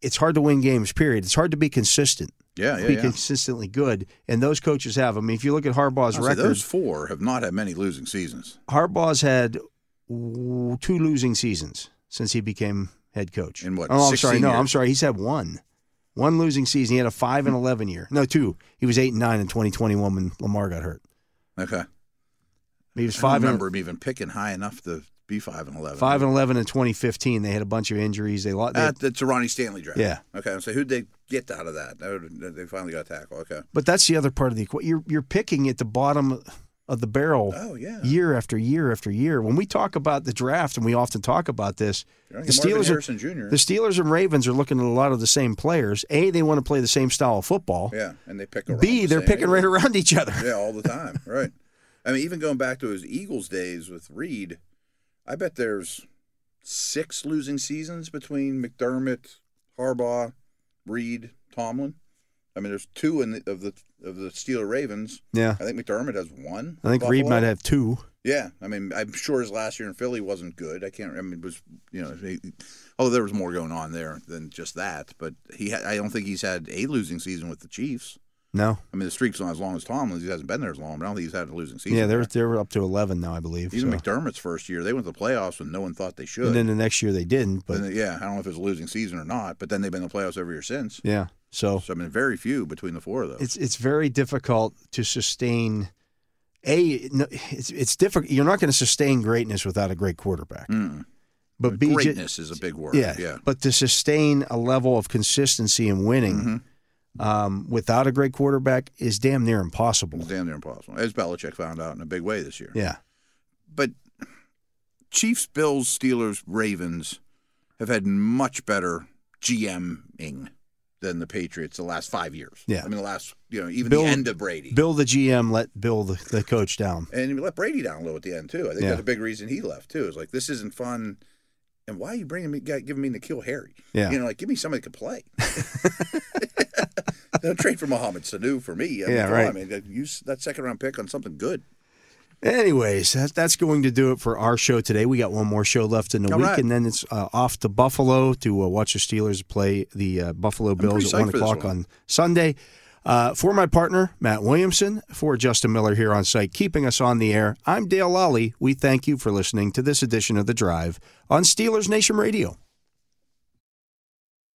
[SPEAKER 2] it's hard to win games. Period. It's hard to be consistent,
[SPEAKER 3] Yeah, yeah,
[SPEAKER 2] be
[SPEAKER 3] yeah.
[SPEAKER 2] consistently good, and those coaches have. I mean, if you look at Harbaugh's
[SPEAKER 3] Honestly,
[SPEAKER 2] record,
[SPEAKER 3] those four have not had many losing seasons.
[SPEAKER 2] Harbaugh's had w- two losing seasons since he became head coach.
[SPEAKER 3] In what,
[SPEAKER 2] Oh, I'm sorry.
[SPEAKER 3] 16
[SPEAKER 2] No,
[SPEAKER 3] years?
[SPEAKER 2] I'm sorry. He's had one, one losing season. He had a five and eleven year. No, two. He was eight and nine in 2021 when Lamar got hurt.
[SPEAKER 3] Okay,
[SPEAKER 2] He was
[SPEAKER 3] I
[SPEAKER 2] five
[SPEAKER 3] don't remember
[SPEAKER 2] and
[SPEAKER 3] him even picking high enough to be five and eleven.
[SPEAKER 2] five and eleven in 2015. They had a bunch of injuries. They lost.
[SPEAKER 3] At the Ronnie Stanley draft.
[SPEAKER 2] Yeah.
[SPEAKER 3] Okay. So who'd they get out of that? That would- They finally got a tackle. Okay.
[SPEAKER 2] but that's the other part of the equation. You're you're picking at the bottom of the barrel.
[SPEAKER 3] Oh yeah.
[SPEAKER 2] Year after year after year. When we talk about the draft, and we often talk about this,
[SPEAKER 3] You're gonna
[SPEAKER 2] the
[SPEAKER 3] get Marvin
[SPEAKER 2] Steelers are-
[SPEAKER 3] Harrison Jr.
[SPEAKER 2] The Steelers and Ravens are looking at a lot of the same players. A, they want to play the same style of football.
[SPEAKER 3] yeah, and they pick. around
[SPEAKER 2] B,
[SPEAKER 3] the
[SPEAKER 2] they're
[SPEAKER 3] same
[SPEAKER 2] picking
[SPEAKER 3] age.
[SPEAKER 2] right around each other.
[SPEAKER 3] Yeah, all the time. right. I mean, even going back to his Eagles days with Reed, I bet there's six losing seasons between McDermott, Harbaugh, Reed, Tomlin. I mean, there's two in the, of the of the Steeler Ravens.
[SPEAKER 2] <laughs> Yeah.
[SPEAKER 3] I think McDermott has one.
[SPEAKER 2] I think Reed
[SPEAKER 3] Buffalo.
[SPEAKER 2] might have two.
[SPEAKER 3] Yeah, I mean, I'm sure his last year in Philly wasn't good. I can't. I mean, it was you know, he, although there was more going on there than just that. But he, had, I don't think he's had a losing season with the Chiefs.
[SPEAKER 2] No.
[SPEAKER 3] I mean, the streak's not as long as Tomlin's. He hasn't been there as long, but I don't think he's had a losing season.
[SPEAKER 2] Yeah, they're
[SPEAKER 3] there.
[SPEAKER 2] they're up to eleven now, I believe.
[SPEAKER 3] even
[SPEAKER 2] so.
[SPEAKER 3] McDermott's first year. They went to the playoffs when no one thought they should.
[SPEAKER 2] And then the next year they didn't, but
[SPEAKER 3] Then they- yeah, I don't know if it was a losing season or not. But then they've been in the playoffs every year since.
[SPEAKER 2] yeah. So
[SPEAKER 3] So I mean, very few between the four of those.
[SPEAKER 2] it's it's very difficult to sustain. A, no, it's it's difficult. You're not going to sustain greatness without a great quarterback.
[SPEAKER 3] Mm.
[SPEAKER 2] But B, ju-
[SPEAKER 3] greatness is a big word.
[SPEAKER 2] yeah,
[SPEAKER 3] yeah.
[SPEAKER 2] But to sustain a level of consistency and winning
[SPEAKER 3] Mhm.
[SPEAKER 2] um, without a great quarterback is damn near impossible.
[SPEAKER 3] It's damn near impossible. As Belichick found out in a big way this year.
[SPEAKER 2] Yeah.
[SPEAKER 3] but Chiefs, Bills, Steelers, Ravens have had much better GMing than the Patriots the last five years.
[SPEAKER 2] Yeah.
[SPEAKER 3] I mean the last you know even
[SPEAKER 2] Bill-
[SPEAKER 3] the end of Brady.
[SPEAKER 2] Bill the GM let Bill the, the coach down.
[SPEAKER 3] and you let Brady down low at the end too. I think
[SPEAKER 2] Yeah.
[SPEAKER 3] that's a big reason he left too. Is like this isn't fun, and why are you bringing me, guy- giving me to kill Harry?
[SPEAKER 2] Yeah.
[SPEAKER 3] you know, like give me somebody that can play. <laughs> Don't trade for Mohamed Sanu for me. I mean,
[SPEAKER 2] Yeah,
[SPEAKER 3] come
[SPEAKER 2] right.
[SPEAKER 3] on, I mean, use that second round pick on something good.
[SPEAKER 2] Anyways, that, that's going to do it for our show today. We got one more show left in the
[SPEAKER 3] All
[SPEAKER 2] week,
[SPEAKER 3] right.
[SPEAKER 2] and then it's uh, off to Buffalo to uh, watch the Steelers play the uh, Buffalo Bills
[SPEAKER 3] pretty
[SPEAKER 2] at 1
[SPEAKER 3] psyched for this
[SPEAKER 2] o'clock
[SPEAKER 3] one.
[SPEAKER 2] on Sunday. Uh, for my partner, Matt Williamson, for Justin Miller here on site, keeping us on the air, I'm Dale Lally. We thank you for listening to this edition of The Drive on Steelers Nation Radio.